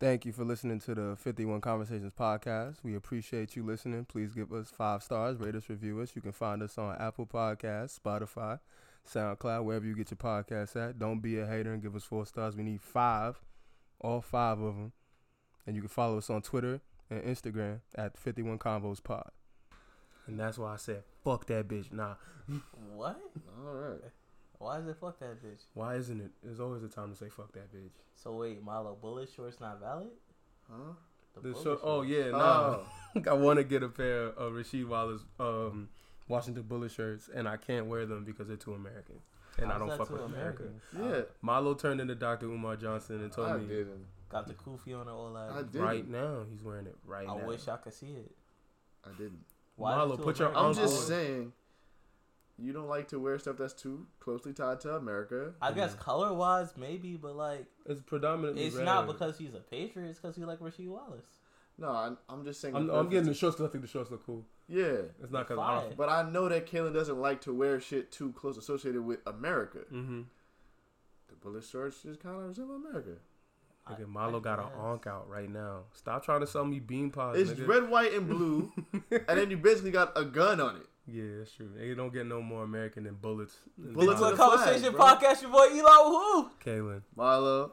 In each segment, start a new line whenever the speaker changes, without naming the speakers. Thank you for listening to the 51 Conversations podcast. We appreciate you listening. Please give us five stars, rate us, review us. You can find us on Apple Podcasts, Spotify, SoundCloud, wherever you get your podcasts at. Don't be a hater and give us four stars. We need five, all five of them. And you can follow us on Twitter and Instagram at 51 Convos Pod. And that's why I said, fuck that bitch. Nah,
What?
All right.
Why is it fuck that bitch?
why isn't it? There's always a time to say fuck that bitch.
So wait, Milo, bullet shorts not valid?
Huh?
The
bullet
short, oh
shorts-
yeah, nah. I want to get a pair of Rasheed Wallace um, Washington Bullet shirts, and I can't wear them because they're too American, and I
How's
don't
that
fuck
too
with America.
American?
Yeah.
Milo turned into Dr. Umar Johnson and told
I
me
didn't.
Got the kufi on and all
I
that.
didn't.
right now he's wearing it right
I
now.
wish I could see it.
I didn't.
Why is it
Milo,
too
put your
I'm
American?
uncle-
just saying. You don't like to wear stuff that's too closely tied to America.
I guess color wise, maybe, but like,
it's predominantly.
it's
red.
not because he's a Patriot. It's because he like Rasheed Wallace.
No, I'm, I'm just saying.
I'm,
the
I'm getting the
preference-
shorts because I think the shorts look cool.
Yeah,
It's not because
Fire.
but I know that Kaylin doesn't like to wear shit too close associated with America.
Mm-hmm.
The bullet shorts just kind of resemble America.
I-
Nigga, Milo got a
guess.
honk out right now. Stop trying to sell me bean pods.
It's
nigga.
red, white, and blue, and then you basically got a gun on it.
Yeah, that's true. They don't get no more American than bullets. and
It's
Bullets
a
bombs.
the flag,
conversation
bro.
podcast. Your boy Elon Who?
Kalen.
Milo,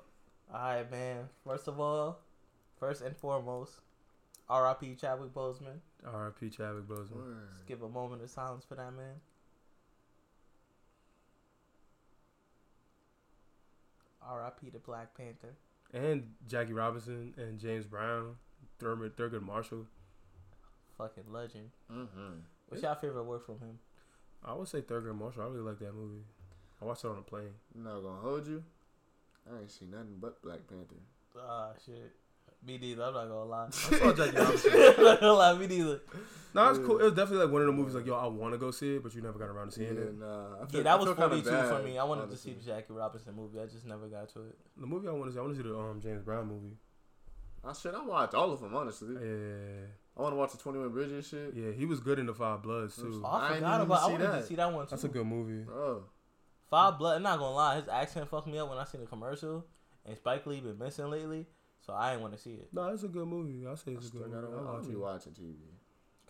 All right, man. First of all, first and foremost, R.I.P. Chadwick Boseman.
R.I.P. Chadwick Boseman.
Let's give a moment of silence for that man. R.I.P. to Black Panther.
and Jackie Robinson and James Brown, Thurgood, Thurgood Marshall.
Fucking legend.
Mm-hmm.
What's y'all favorite work from him?
I would say Thurgood Marshall. I really like that movie. I watched it on a plane.
I'm not gonna hold you. I ain't seen nothing but Black Panther.
Ah, shit. Me neither. I'm not gonna lie.
I saw Jackie Robinson.
I'm not gonna lie. Me neither.
No, it's cool. It was definitely like one of the movies like, yo, I want to go see it, but you never got around to seeing it.
nah. uh, I
Yeah,
feel- I
that was
feel kinda
42 for
bad,
me. I wanted
honestly.
to see the Jackie Robinson movie. I just never got to it.
The movie I want to see, I want to see the um, James Brown movie.
I should. I watched all of them honestly.
Yeah,
I want to watch the Twenty One Bridges shit.
yeah, he was good in the Five Bloods too.
Oh,
I
I,
ain't
forgot
even
about. I
see
wanted
that.
to see that one too.
That's a good movie.
Bro,
Five Blood. I'm not gonna lie. His accent fucked me up when I seen the commercial. And Spike Lee been missing lately, so I ain't want to see it.
No, it's a good movie. I say
I
it's a
still
good movie.
gotta
I'll
watch.
watch
I'll be
it.
watching TV.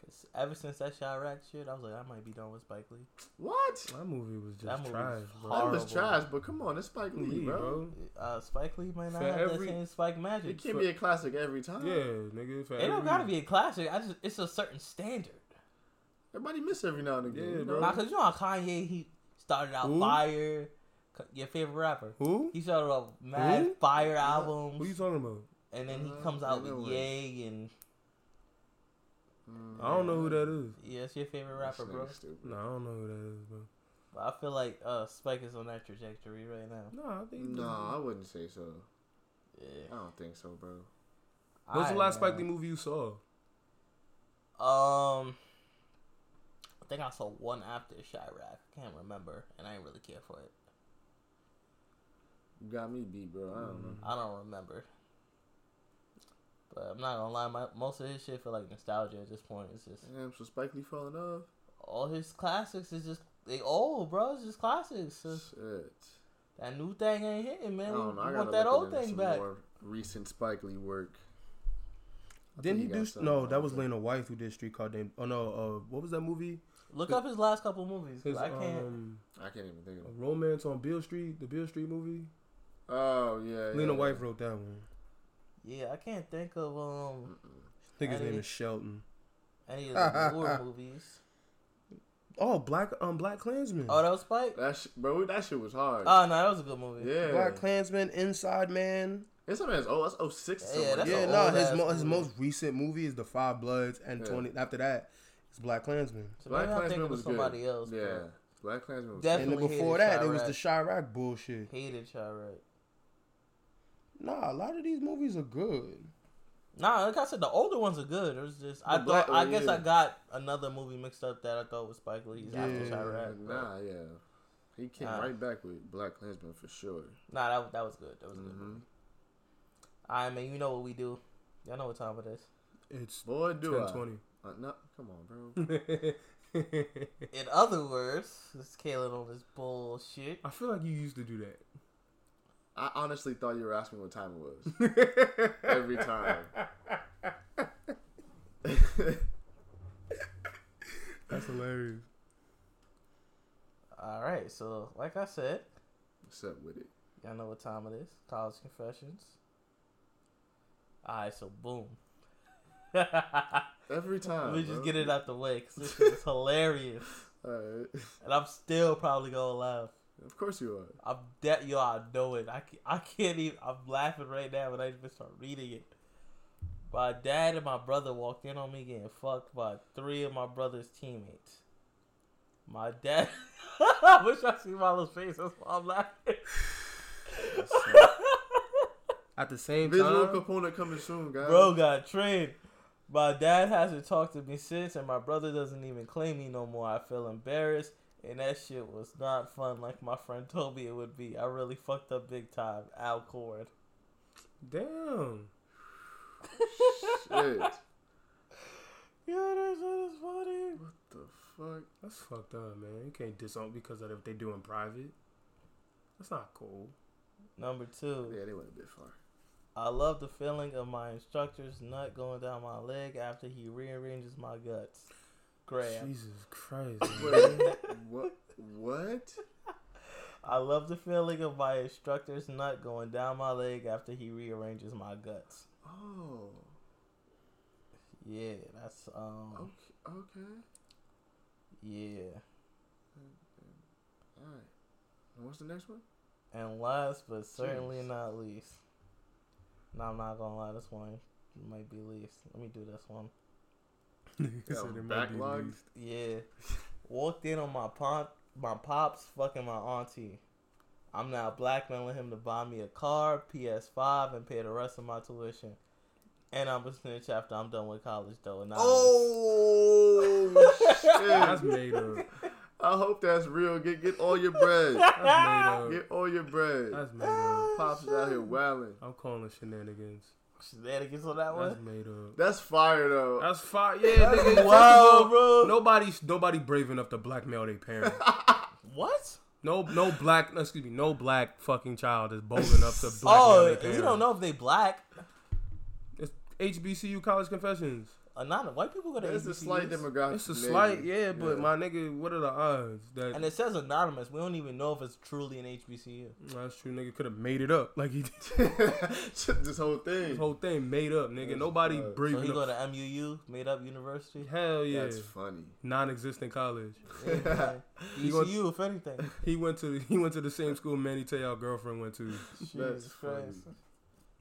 Cause ever since that Chirac shit, I was like, I might be done with Spike Lee.
What?
That movie was just
That movie
trash,
was
bro.
That was
Horrible.
trash, but come on, it's Spike Lee,
Yeah,
bro.
bro.
Uh, Spike Lee might not
For
have
every-
that same Spike magic.
It can't be a classic every time.
Yeah, nigga. for
It don't
every-
gotta be a classic. I just it's a certain standard.
Everybody miss every now and again.
Yeah,
you
bro.
know?
Nah, cause you know how Kanye he started out
Who?
fire. C- Your favorite rapper.
Who?
He started off mad
Who?
fire
Who you
albums,
talking about?
and then he
Uh,
comes out
yeah, no
with Yay and
Mm,
I don't know who that is.
yeah, it's your favorite
this
rapper, bro.
nigga's stupid.
No, I don't know who that is, bro.
But I feel like uh, Spike is on that trajectory right now.
No, I think.
No, I wouldn't say so. I
Yeah.
don't think so, bro.
What's the last Spike
Alright,
Lee movie you saw?
man. Um, I think I saw one after Chirac. I can't remember, and I didn't really care for it.
You got me beat, bro. I don't know.
I don't remember. But I'm not gonna lie, my, most of his shit feel like nostalgia at this point. It's
Mm.
just
Damn, so Spike Lee falling off.
all his classics is just they old, bro. It's just classics. It's-
Shit.
that new thing ain't hitting,
I
man. We,
don't know. I
we
gotta
want that
look
old
into
thing
some
back.
More recent Spike Lee work. I
Didn't
think
he
got
do?
something
No, that
out
was
there.
Lena White who did Street Called Dame. Oh no, uh, what was that movie?
Look up his last couple movies. 'cause
His,
I can't.
Um,
I can't even think of
A
it.
Romance on Bill Street, the Bill Street movie.
Oh yeah.
Lena
yeah,
White
yeah.
wrote that one.
yeah, I can't think of um
I think his
That
name
is-
is Shelton.
any of the newer movies.
Oh, Black um Black Klansman.
Oh, that was Spike.
That sh- bro, that shit was hard.
Oh no, that was a good movie.
yeah.
Black Klansman, Inside Man.
It's something that's oh old. That's 06
Yeah,
somewhere.
that's
yeah,
an
no,
old
his
ass
mo- his
movie.
most recent movie is The Five Bloods, and
Yeah.
twenty after that, it's Black Klansman.
So
Black
maybe I'm
Klansman
thinking of
was good.
somebody else.
yeah,
bro.
Black Klansman was
Def-
And then
Definitely
before
hated
that, it was the Chirac bullshit.
Hated Chirac.
Nah, a lot of these movies are good.
Nah, like I said, the older ones are good. It was just I
The
thought
black
I
one,
guess
yeah.
I got another movie mixed up that I thought was Spike Lee's after
Yeah,
Chirac.
good.
but-
Nah, yeah. He came
Nah.
right back with Black Klansman for sure.
Nah, that that was good. That was a good.
hmm
movie. All right, man. You know what we do. Y'all know what time it is.
It's
Boy, do
ten
I.
twenty.
Uh, no, come on, bro.
I
In other words, this Kalen on this bullshit.
feel like you used to do that.
I honestly thought you were asking what time it was every time.
That's hilarious.
All right, so like I said,
What's up with it?
y'all know what time it is. College confessions. All right, so boom.
Every time.
we just
bro.
get it out the way because this shit is hilarious,
Alright.
and I'm still probably gonna laugh.
Of course you are.
I'm that yo, I know it. I can't, I can't even. I'm laughing right now when I even start reading it. My dad and my brother walked in on me getting fucked by three of my brother's teammates. My dad. I wish I see Milo's face. That's why I'm laughing.
At the same
Visual
time,
component coming soon, guys.
Bro got trained. My dad hasn't talked to me since, and my brother doesn't even claim me no more. I feel embarrassed, and that shit was not fun like my friend told me it would be. I really fucked up big time. Al Cord.
damn.
Shit. What
Yeah, that shit is funny.
the fuck?
That's fucked up, man. You can't diss on because of if they do in private. That's not cool.
Number two.
Yeah, they went a bit far.
I love the feeling of my instructor's nut going down my leg after he rearranges my guts. Grab.
Jesus Christ. man.
Wait, what? What?
I love the feeling of my instructor's nut going down my leg after he rearranges my guts.
Oh.
Yeah, that's um
Okay. okay.
yeah.
All right. And what's the next one?
And last but certainly
Jeez.
not least. No, I'm not gonna lie, this one might be least. Let me do this one.
Nigga
Yeah,
said it might be
backlogged.
leased.
Yeah. Walked in on my pop, my pops, fucking my auntie. I'm now blackmailing him to buy me a car, PS5, and pay the rest of my tuition. And I'm a snitch after I'm done with college, though. And
Oh
That's
shit!
made up.
I hope that's real. Get get all your bread.
That's made up.
Get all your bread.
That's made up.
Ah, Pops is out here wilding.
I'm calling shenanigans.
Shenanigans on that
That's
one?
made up.
That's fire though.
That's fire. Yeah, nigga. first
Wow,
of
bro.
all, Nobody's nobody brave enough to blackmail their parents.
What?
No, no black. no, Excuse me. No black fucking child is bold enough to blackmail
Oh,
their parents.
you don't know if they black.
It's HBCU college confessions.
Or not. White people go to
That's a
HBCUs.
slight demographic.
It's a
maybe.
slight, yeah, but my nigga, what are the odds that
And it says anonymous. We don't even know if it's truly an HBCU.
that's true? Nigga could have made it up. Like he did
this whole thing.
this whole thing made up, nigga.
That's
Nobody
wild.
brave
So he go
enough.
to MUU, made up university.
Hell yeah,
That's funny.
non-existent college.
Yeah, man.
He go-
ECU, if anything.
He went to he went to the same school Manny Te'o girlfriend went to.
Jesus
funny.
Christ.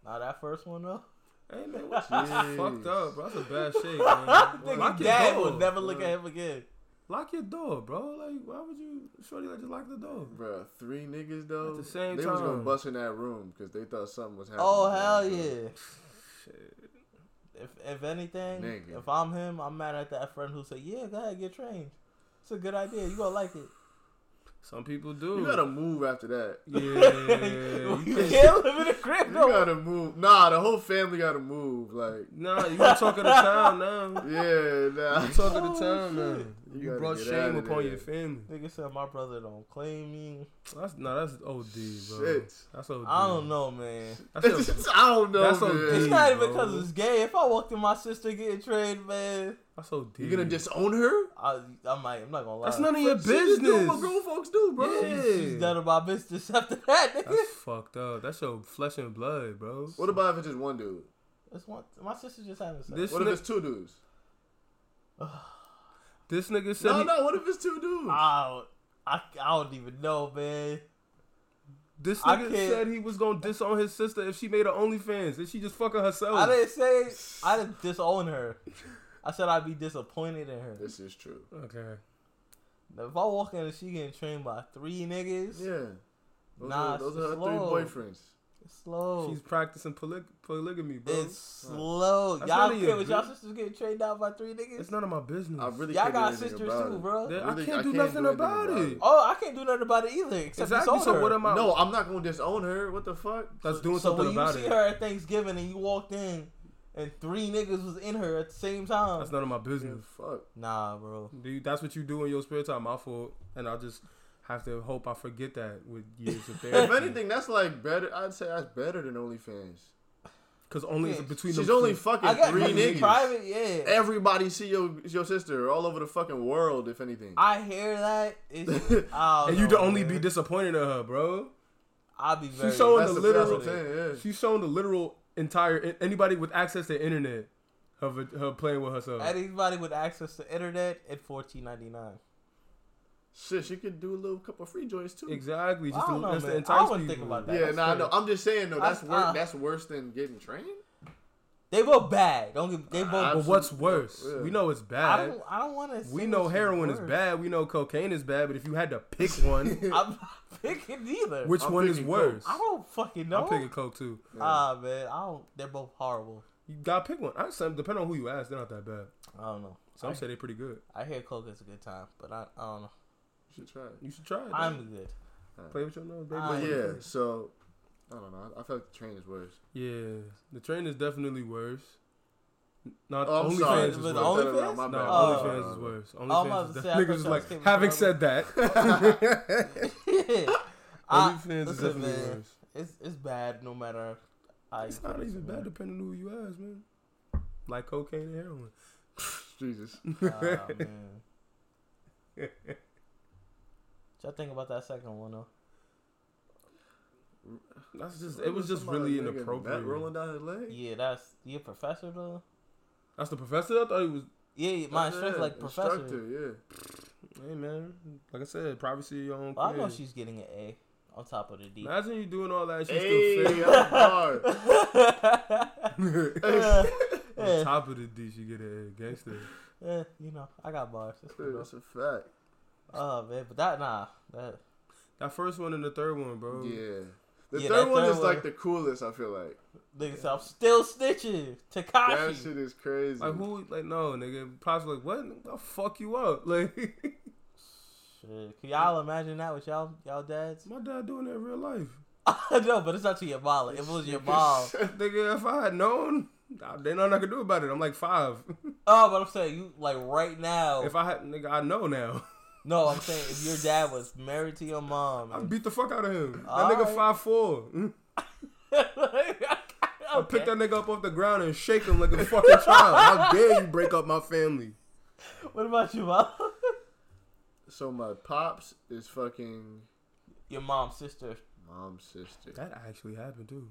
Now that first one though,
Hey man, what
Jeez.
you fucked up, bro? That's a bad shake, man.
nigga,
Lock your
dad
door.
would never look
bro.
at him again.
Lock your door, bro. Like, why would you, shorty, like, just lock the door?
Bruh, three niggas though.
At the same
they was gonna
time.
bust in that room because they thought something was happening.
Oh hell yeah!
Shit.
If if anything,
Nigga.
if I'm him, I'm mad at that friend who said, "Yeah, go ahead, get trained. It's a good idea. You gonna like it."
Some people do.
You gotta move after that.
Yeah.
you
you can't-
can't live in a crib
You
no more.
gotta move. Nah, the whole family gotta move. Like,
Nah, you the talk of the town now.
yeah, nah.
You talk of
Oh,
the town now.
shit.
You,
You gotta
brought
get
shame
outta
upon
there.
your family.
Nigga said my brother don't claim me.
That's nah, that's OD, bro.
Shit.
That's OD.
I don't know, man.
That's a,
I don't know,
That's
man.
okay.
It's not even
bro.
because it's gay. If I walked in my sister getting trained, man,
that's OD.
You gonna disown her?
I I might. I'm not gonna lie.
That's none of your
Shit, just do
business.
what grown folks do, bro.
Yeah.
She's, she's none of my business after that, nigga.
That's fucked up. That's your flesh and blood, bro.
What about if it's just one dude?
That's one, my sister just having sex.
This
What if
ni-
it's two dudes?
this nigga said
No,
he,
no. What if it's two dudes?
I don't, I, I don't even know, man.
this
I
nigga
can't-
said he was gonna disown his sister if she made her OnlyFans. Did she just fucking herself?
I didn't say I didn't disown her. I said I'd be disappointed in her.
This is true.
okay.
Now, if I walk in and she getting trained by three niggas,
Yeah. Those
Nah,
are, those
it's
are her
slow.
three boyfriends.
it's slow.
She's practicing poly- polygamy, bro.
it's slow.
That's
y'all
none of
care
your
with y'all
bu-
sisters getting trained out by three niggas?
It's none of my business.
I really
y'all
can't do
got
anything
sisters
about
too,
it.
bro.
There-
Really,
I can't do
I can't
nothing
do anything
about
about
it.
it.
Oh, I can't do nothing about it either. Except
Exactly.
disown
So
her.
what am I?
No, I'm not gonna disown her. What the fuck?
that's
So-
doing
so
something
when you
about
see
it.
her at Thanksgiving and you walked in, and three niggas was in her at the same time.
That's none of my
Yeah,
business.
fuck.
nah, bro.
Dude, that's what you do in your spare time. My fault. And I just have to hope I forget that with years of
If
therapy.
anything, that's like better. I'd say that's better than OnlyFans.
Because only
Yeah,
between
She's
them
only
two-
fucking
I got
three niggas.
private, yeah.
Everybody see your your sister all over the fucking world. If anything,
I hear that. It's, I don't
and you
know,
would only be
Oh, man.
disappointed in her, bro.
I'll be very.
showing
that's
the
the fair
literal-
I'm saying, yeah.
She's shown the literal entire a- anybody with access to internet of her, her playing with herself.
Anybody with access to internet at fourteen ninety nine.
Shit, she could do a little couple free joints too.
Exactly. Just
I
to,
don't know,
that's
man.
to
I
entice
wouldn't think
people.
about that.
Yeah,
That's uh,
nah, I
fair.
know. I'm just saying though. That's
I-
wor-
I-
that's worse than getting trained.
They both bad. Don't get. They both.
I-
But what's worse?
Yeah.
We know it's
I
bad.
don't. I don't want to.
We know heroin is bad. We know cocaine is bad. But if you had to pick one,
I'm not picking either.
which
I'm
one is
picking coke.
worse?
I don't fucking know.
I'm picking coke too.
Ah man, I don't. They're both horrible.
You gotta pick one. I said, depending on who you ask, they're not that bad.
I don't know.
Some
I,
say they're pretty good.
I hear coke is a good time, but I, I don't know.
You should try. it.
You should try it. man.
I'm good.
Play with your nose, baby.
Ah.
But
Right.
yeah, so I don't know. I, I feel like the train is worse.
Yeah, the train is definitely worse. Not
Oh, I'm
only
sorry.
fans is
But
worse.
the only- OnlyFans?
My
no,
bad.
Oh.
only fans is worse. Only
I'm
fans is
about to
def-
say, I thought
niggas is
y'all
like,
was kidding,
having
bro.
said that,
I,
only fans is
Ah, listen,
definitely
man,
worse.
it's it's bad no matter. how
It's
you
not
put it,
even bad
man.
depending on who you ask, man. Like cocaine and heroin.
Jesus.
Ah, man. Y'all think about that second one though.
That's just it was just really inappropriate.
That rolling down his leg.
Yeah, that's you a professor though.
That's the professor. I thought he was.
Yeah, yeah, my
That's
instructor
it.
like professor.
Instructor,
Hey man, like I said, privacy of your own.
Well, Oh, I know
crib.
she's getting an A on top of the D.
Imagine you doing all that
yeah.
shit still
Hey,
fail.
I'm hard.
Yeah,
On
yeah,
top of the D, she get a gangster.
yeah, Eh, you know, I got bars. It's cool,
That's a fact.
though. Oh man, but that nah, that
That first one and the third one, bro.
Yeah. The
Yeah,
third
that
one
third
is like
one-
the coolest. I feel like
nigga, so I'm still stitching.
that
Takashi,
shit is crazy.
Like who? Like no, nigga. Pops like what? I'll fuck you up. Like
Shit, can y'all imagine that with y'all y'all dads?
my dad doing that in real life.
no, but it's not to your mom. If it was your mom,
Nigga, if I had known, I- there's nothing I could do about it. I'm like five.
oh, but I'm saying you like right now.
If I had, nigga, I know now.
no, I'm saying if your dad was married to your mom,
I beat the fuck out of him. That nigga
Alright.
five four. Mm. I pick that nigga up off the ground and shake him like a fucking child. How dare you break up my family?
What about you, mom?
So my pops is fucking
your mom's sister.
mom's sister.
That actually happened too.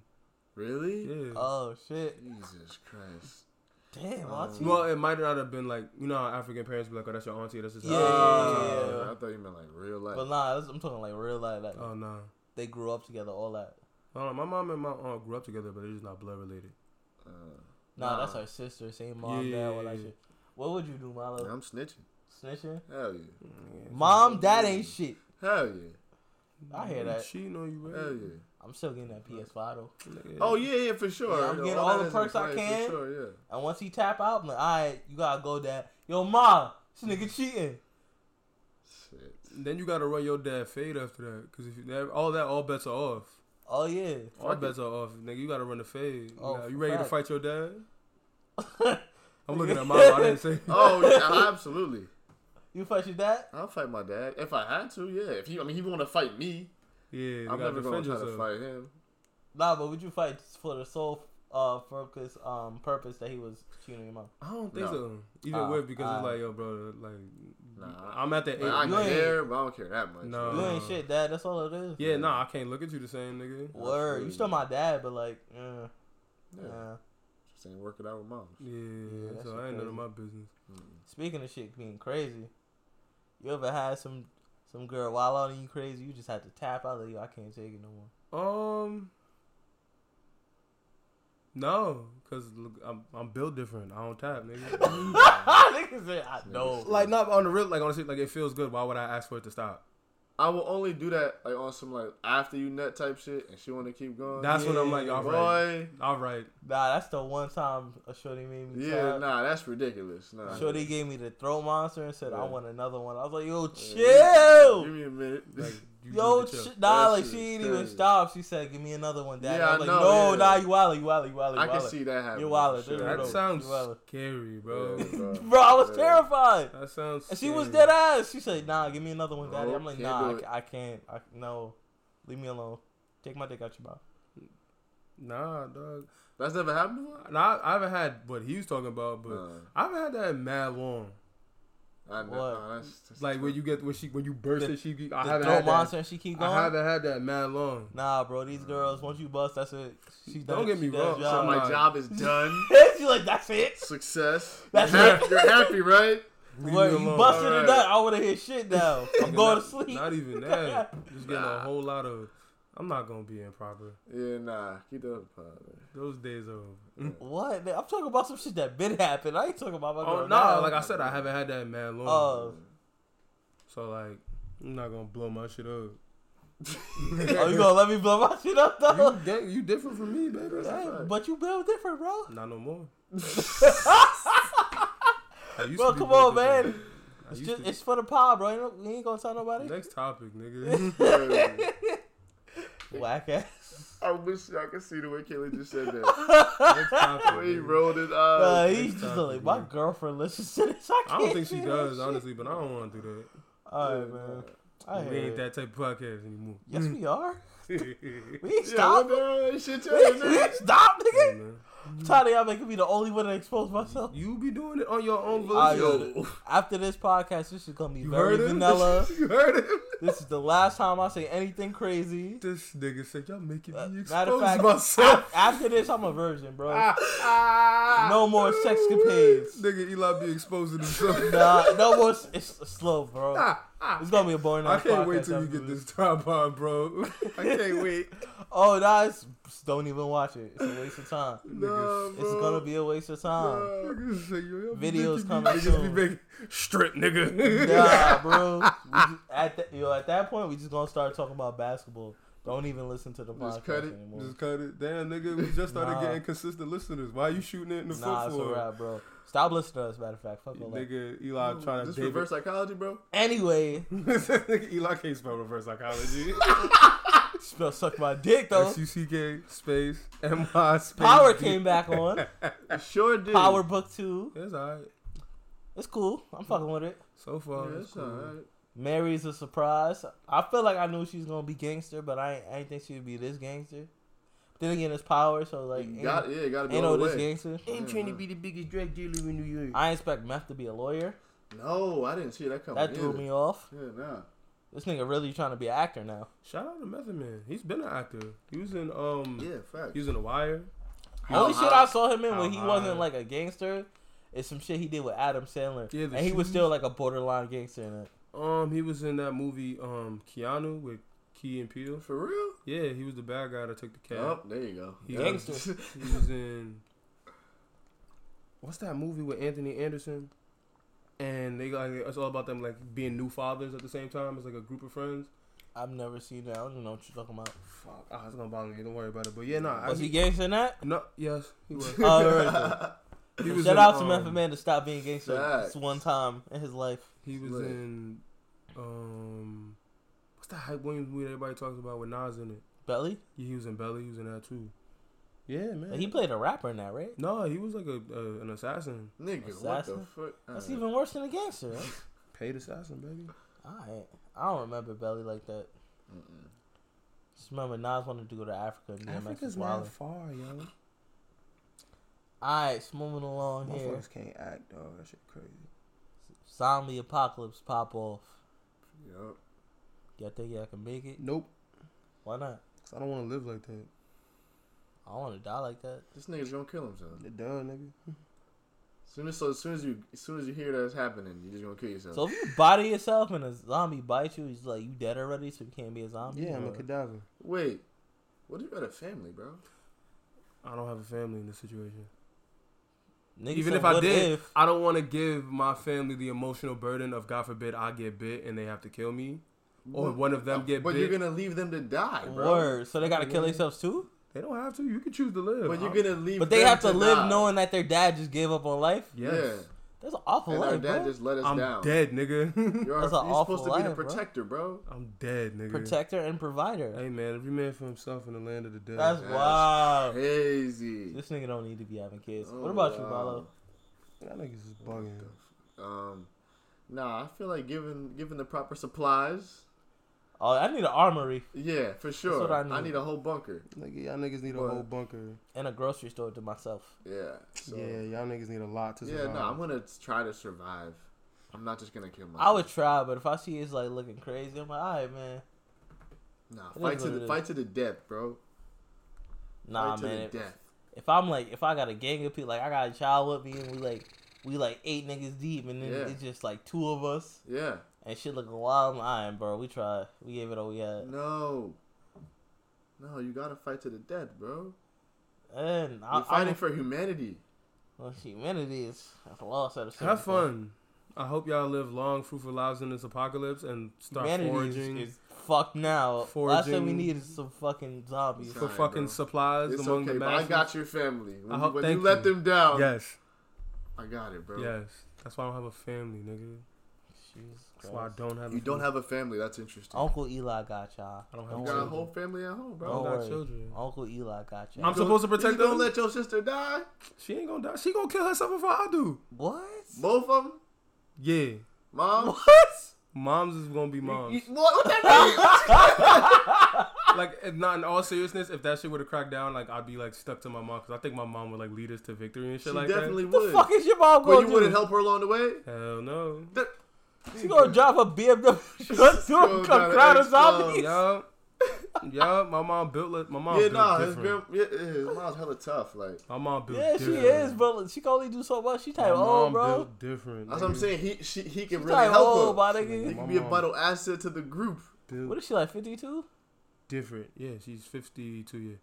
Really?
Yeah.
Oh shit!
Jesus Christ.
Damn,
Um,
auntie.
Uh, well, it might not have been like you know how African parents be like, oh, that's your auntie, that's his.
Yeah.
Oh, I thought you meant like real life.
but nah, this- I'm talking like real life. Like
Oh no.
they grew up together, all that.
I don't know. My mom and my aunt grew up together, but they're just not blood related.
Uh,
Nah, that's
Nah.
her sister, same mom, dad, all that
Yeah.
shit. What would you do, Milo?
I'm snitching.
Snitching?
Hell Mm, yeah.
Mom, dad ain't shit.
Hell yeah.
I hear that.
Cheating on Mm, you, bro.
Hell yeah.
I'm still getting that PS5 though.
Nigga.
Oh yeah, yeah, for sure.
Yeah, I'm
Yo,
getting
that
all the
is in
perks I
place,
can.
For sure, yeah.
And once he tap out, I'm like, all right, you gotta go, dad. Yo, ma, this nigga cheating.
Shit.
Then you gotta run your dad fade after that, cause if you, that- all that, all bets are off.
Oh yeah.
All
Fuck it.
bets are off, nigga. You gotta run the fade. You
Oh,
got- you
for
ready to
fact.
fight your dad? I'm looking at mom. I didn't say.
Oh yeah, absolutely.
You fight your dad?
I'll fight my dad if I had to. Yeah. If he, I mean, he want to fight me.
Yeah, you
I'm
gotta
never gonna
defend
try to
yourself.
fight him.
Nah, but would you fight for the sole uh purpose um purpose that he was cheating on your mom?
I don't think
No.
so. Either
Uh,
way, because it's
uh,
like, yo, bro, like,
Nah.
I'm at the
Like, I
age.
you ain't-
care, but I don't care that much.
No.
You
Uh,
ain't shit, dad. That's all it is.
Yeah, nah, I can't look at you the same, nigga.
Word, you still my dad, but like, uh,
Yeah.
uh.
Just ain't working out with mom.
Yeah,
that's
so
just
I ain't none of
crazy.
my business.
Speaking of shit being crazy, you ever had some some girl wild out on you crazy? You just had to tap out like, yo, I can't take it no more.
Um, no, cause look, I'm I'm built different. I don't tap, nigga.
Niggas say, I know.
like not on the real, like on the shit, like it feels good. Why would I ask for it to stop?
I will only do that like on some like after you nut type shit, and she want to keep going.
That's when I'm like,
Yeah,
all
boy.
right, all right.
Nah, that's the one time a shorty made me.
Yeah,
tap.
nah, that's ridiculous. Nah.
Shorty gave me the throw monster and said,
Yeah.
I want another one. I was like, yo, chill.
Give me a minute.
Like You
Yo,
just
sh-
get your-
nah,
That
like
shit
she
is
didn't even
crazy.
stop. She said, "Give me another one, Dad."
Yeah,
I
I
was
know,
like, "No,
yeah.
nah, you wildin', you wildin', you wildin', you
I can
wildin'."
see that happening.
You're wildin',
Sure.
dude.
that
bro.
sounds
You wild.
scary, bro.
Yeah, bro.
Bro, I was
Yeah.
terrified.
That sounds.
And she
Scary.
was dead ass. She said, "Nah, give me another one, Daddy."
Nope,
I'm like,
can't
"Nah, I,
do
ca- I can't. I, no, leave me alone. Take my dick out your mouth."
Nah, dog.
That's never happened before.
Nah, I I haven't had what he was talking about, but
Nah.
I haven't had that in mad long.
I know.
What?
Nah, that's, that's
Like when you get when she when you burst
The-
it, she. I
The
haven't
throat
had
monster,
that.
and she keep going.
I haven't had that in mad long.
Nah, bro, these girls once you bust, that's it. She
Don't
done-
get me
she done
wrong,
So
job.
my
Nah.
job is done.
she like that's it.
Success.
That's
you're, happy,
it.
you're happy, right?
Leave
Word,
me
you
alone.
busted it
Alright.
up. I want to hear shit now. I'm
Nigga,
going
not-
to sleep.
Not even that. Just getting a
Nah.
whole lot of. I'm not gonna be improper.
Yeah, nah. Keep that up, uh,
Those days are. over.
What? I'm talking about some shit that been happened. I ain't talking about my girl.
Oh nah,
now.
like I said, I haven't had that in mad long.
Oh.
so like, I'm not gonna blow my shit up.
oh, you gonna let me blow my shit up though?
you, di- you different from me, baby.
That's a
Hey,
fact.
but you built different, bro.
Not no more. I used
Bro,
to be
come
built
on, man.
different. I
It's
used
just
to-
it's for the pod, bro. Ain't no- You ain't gonna tell nobody.
Next topic, nigga.
Yeah.
Whack ass.
I wish y'all could see the way Kaylee just said that.
Next topic.
The way he
nigga.
rolled his eyes.
Oh,
Uh, he's just
topic,
like my
man.
girlfriend listens to this. I,
I don't
can't
think she
do
does,
that
honestly, but I don't want to do
Shit. All right, man. I
that.
hear
We
it.
ain't that type of podcast anymore.
Yes, we are.
Hey,
We ain't
Yeah, what
stop.
the hell? That shit
We ain't
changed, nigga.
stop, nigga.
man.
Tired of y'all making me the only one that expose myself.
You be doing it on your own
I
volition.
heard it. After this podcast, this is gonna be
You
Ah, very
heard him?
vanilla.
you heard him?
this is the last time I say anything crazy.
This nigga said, y'all making
Uh,
me
matter
expose
of fact,
myself.
af- after this, I'm a virgin,
Ah.
bro.
no
No more sexcapades.
Nigga, Eli be exposing himself.
Nah, no more. s- It's slow, bro.
Ah, ah.
It's gonna be a boring.
I
ass
can't
podcast
wait till you
after
get this time bomb, bro. I can't wait.
Oh, nah, it's, just don't even watch it. It's a waste of time.
Nah,
Niggas-
It's gonna be a waste of time.
Niggas say, yo, y'all be making
Videos
me-
coming
niggas be
soon.
making strip, nigga.
Nah, bro. We just, at that, yo, at that point, we just gonna start talking about basketball. Don't even listen to the podcast
Just cut it.
anymore.
Just cut it. Damn, nigga, we just started
Nah.
getting consistent listeners. Why you shooting it in the
Nah,
foot
it's a
for?
wrap, bro. Stop listening to us. Matter of fact, fuck all that.
Nigga,
uh,
Eli trying to
This
David.
reverse psychology, bro.
Anyway,
nigga, Eli can't spell reverse psychology.
spell suck my dick though.
S U C K space M Y space.
Power
D.
came back on.
It sure did.
Power book two.
It's alright.
It's cool. I'm fucking with it.
So
Yeah,
far, it's
that's
cool.
alright.
Mary's a surprise. I feel like I knew she was gonna be gangster, but I ain't, I ain't think she would be this gangster. But then again, it's power, so like
You
ain't,
got, yeah, you gotta be
ain't no
all the
this
way.
gangster.
I'm trying to be
the biggest drug dealer in New York.
I expect Meth to be a lawyer.
No, I didn't see that coming.
That threw
either.
me off.
Oh, Yeah, nah.
This nigga really trying to be an actor now.
Shout out to Method Man. He's been an actor. He was in
Mm.
um.
Yeah, fact.
He was in The Wire.
Only
How
shit
high?
I saw him in
How
when he
high?
wasn't like a gangster is some shit he did with Adam Sandler,
Yeah,
and
the
he was
shoes.
still like a borderline gangster in it.
Um, he was in that movie um Keanu with Key and Peele.
For real?
Yeah, he was the bad guy that took the cab.
Oh, there you go.
He
That was-
gangster.
He was in what's that movie with Anthony Anderson? And they like it's all about them like being new fathers at the same time. It's like a group of friends.
I've never seen that. I don't even know what you're talking about.
Fuck, ah, it's gonna bother me. Don't worry about it. But yeah, no, I,
Was he gangster in that?
no, yes, he was.
All right.
He was
Shout
in,
out to
um,
Method Man to stop being gangster
Facts.
this one time in his life.
He was
Lit.
in um, what's that Hype Williams movie that everybody talks about with Nas in it?
Belly?
Yeah, he was in Belly. He was in that too. Yeah, man.
He played a rapper in that, right?
no, he was like a, a an assassin,
Nigga, what the
Assassin?
fuck? Uh,
That's
Uh.
Alright.
even worse than a gangster. Right?
paid assassin, baby.
Alright. I don't remember Belly like that.
Mm-mm.
Just remember Nas wanted to go to Africa and DMX was
Africa's
wild.
not far, yo.
Alright, so moving along here.
Motherfuckers can't act, dog. That shit crazy.
Zombie apocalypse pop off.
Yup.
Y'all think y'all can make it?
Nope,
Why not?
cause I don't want to live like that.
I don't want to die like that.
This nigga's gonna kill himself.
Duh, nigga.
Soon as so as soon as you as soon as you hear that it's happening, you're just gonna kill yourself.
So if you body yourself and a zombie bites you, it's like you dead already, so you can't be a zombie.
Yeah, I'm a
or-
cadaver.
Wait, what if you got a family, bro?
I don't have a family in this situation.
Nigga
Even
said,
if I
"What
did,
if?"
I don't want to give my family the emotional burden of God forbid I get bit and they have to kill me, or
But-
one of them get
but
bit.
you're gonna leave them to die, bro.
Word. So they gotta kill
Yeah.
themselves too.
They don't have to. You can choose to live.
But you're
I-
gonna leave.
But they
them
have to live
die.
knowing that their dad just gave up on life.
Yes.
Yeah.
That's an awful
and our
life,
dad
bro.
just let us
I'm
down.
dead, nigga.
You're,
That's
you're
an awful
supposed to be the
life, bro.
protector, bro.
I'm dead, nigga.
Protector and provider.
Hey man, every man for himself in the land of the dead.
That's
That's
wow.
Crazy.
This nigga don't need to be having kids.
Oh,
what about you,
wow.
Balo?
that nigga's just bugging.
Um, nah, I feel like given given the proper supplies,
Oh, I need an armory
yeah, for sure.
what I
I
need.
need a whole bunker.
Nigga, y'all niggas need a
What?
whole bunker.
and a grocery store to myself.
Yeah. So,
yeah,
yeah.
y'all niggas need a lot to survive.
Yeah. No, I'm gonna try to survive. I'm not just gonna kill myself.
I would try, but if I see it's like looking crazy, I'm like, all right, man.
Nah,
is
fight to
what it
the
is.
fight to the death, bro.
Nah,
fight
man.
to the death.
If I'm like, if I got a gang of people, like I got a child with me, and we like, we like eight niggas deep, and then
Yeah.
it's just like two of us,
Yeah.
and shit looking wild. I'm like, all right, bro. We tried. We gave it all we had.
No. No, you gotta fight to the death, bro.
And I,
You're fighting
I'm,
for humanity.
well, humanity is a loss at a certain
Have
point.
fun. I hope y'all live long, fruitful lives in this apocalypse and start
Humanity
foraging
is, is fucked now. Last thing we
foraging.
need is some fucking zombies.
for
Sorry,
fucking
bro.
supplies
It's
among
okay,
the
but
masses.
I got your family. When,
I
you-
hope-
when you
thank
let
you.
them down,
Yes,
I got it, bro.
yes. That's why I don't have a family, nigga.
Jesus
That's why I
Christ.
don't have.
You
a
don't
family.
have a family. That's interesting.
Uncle Eli got y'all.
I don't have don't
you got
oh.
a
children.
whole family at home,
I don't
bro.
Don't
got
worry.
children.
Uncle Eli got
Oh.
y'all.
I'm supposed to protect
you gonna
them?
let your sister die?
She ain't gonna die. She gonna kill herself before I do.
what?
Both of them?
Yeah,
Mom?
What?
moms is gonna be
You-
moms.
what, what that mean?
like, if not in all seriousness, if that shit would have cracked down, like I'd be like stuck to my mom because I think my mom would like lead us to victory and shit
she
like
definitely
The
would.
fuck is your mom
but
going
you
to
wouldn't help her along the way?
that. Hell no.
That-
She going to drive a BMW gun through
Yo,
a
gotta
crowd of
explode.
zombies.
Yup. yup. My mom built. Like, my mom
Yeah,
built
nah, his,
different.
grand, yeah, his mom's hella tough. Like
My mom built.
Yeah, she
different.
is, but she can only do so much. She
My
type old,
mom
bro.
built different.
that's what I'm
nigga.
saying. He she, he can
She
really
type old, my
help her.
Yeah,
He
nigga.
my
can be a
mom-
vital asset to the group.
What
Built
is she like, 52?
different. Yeah, she's 52. Yeah.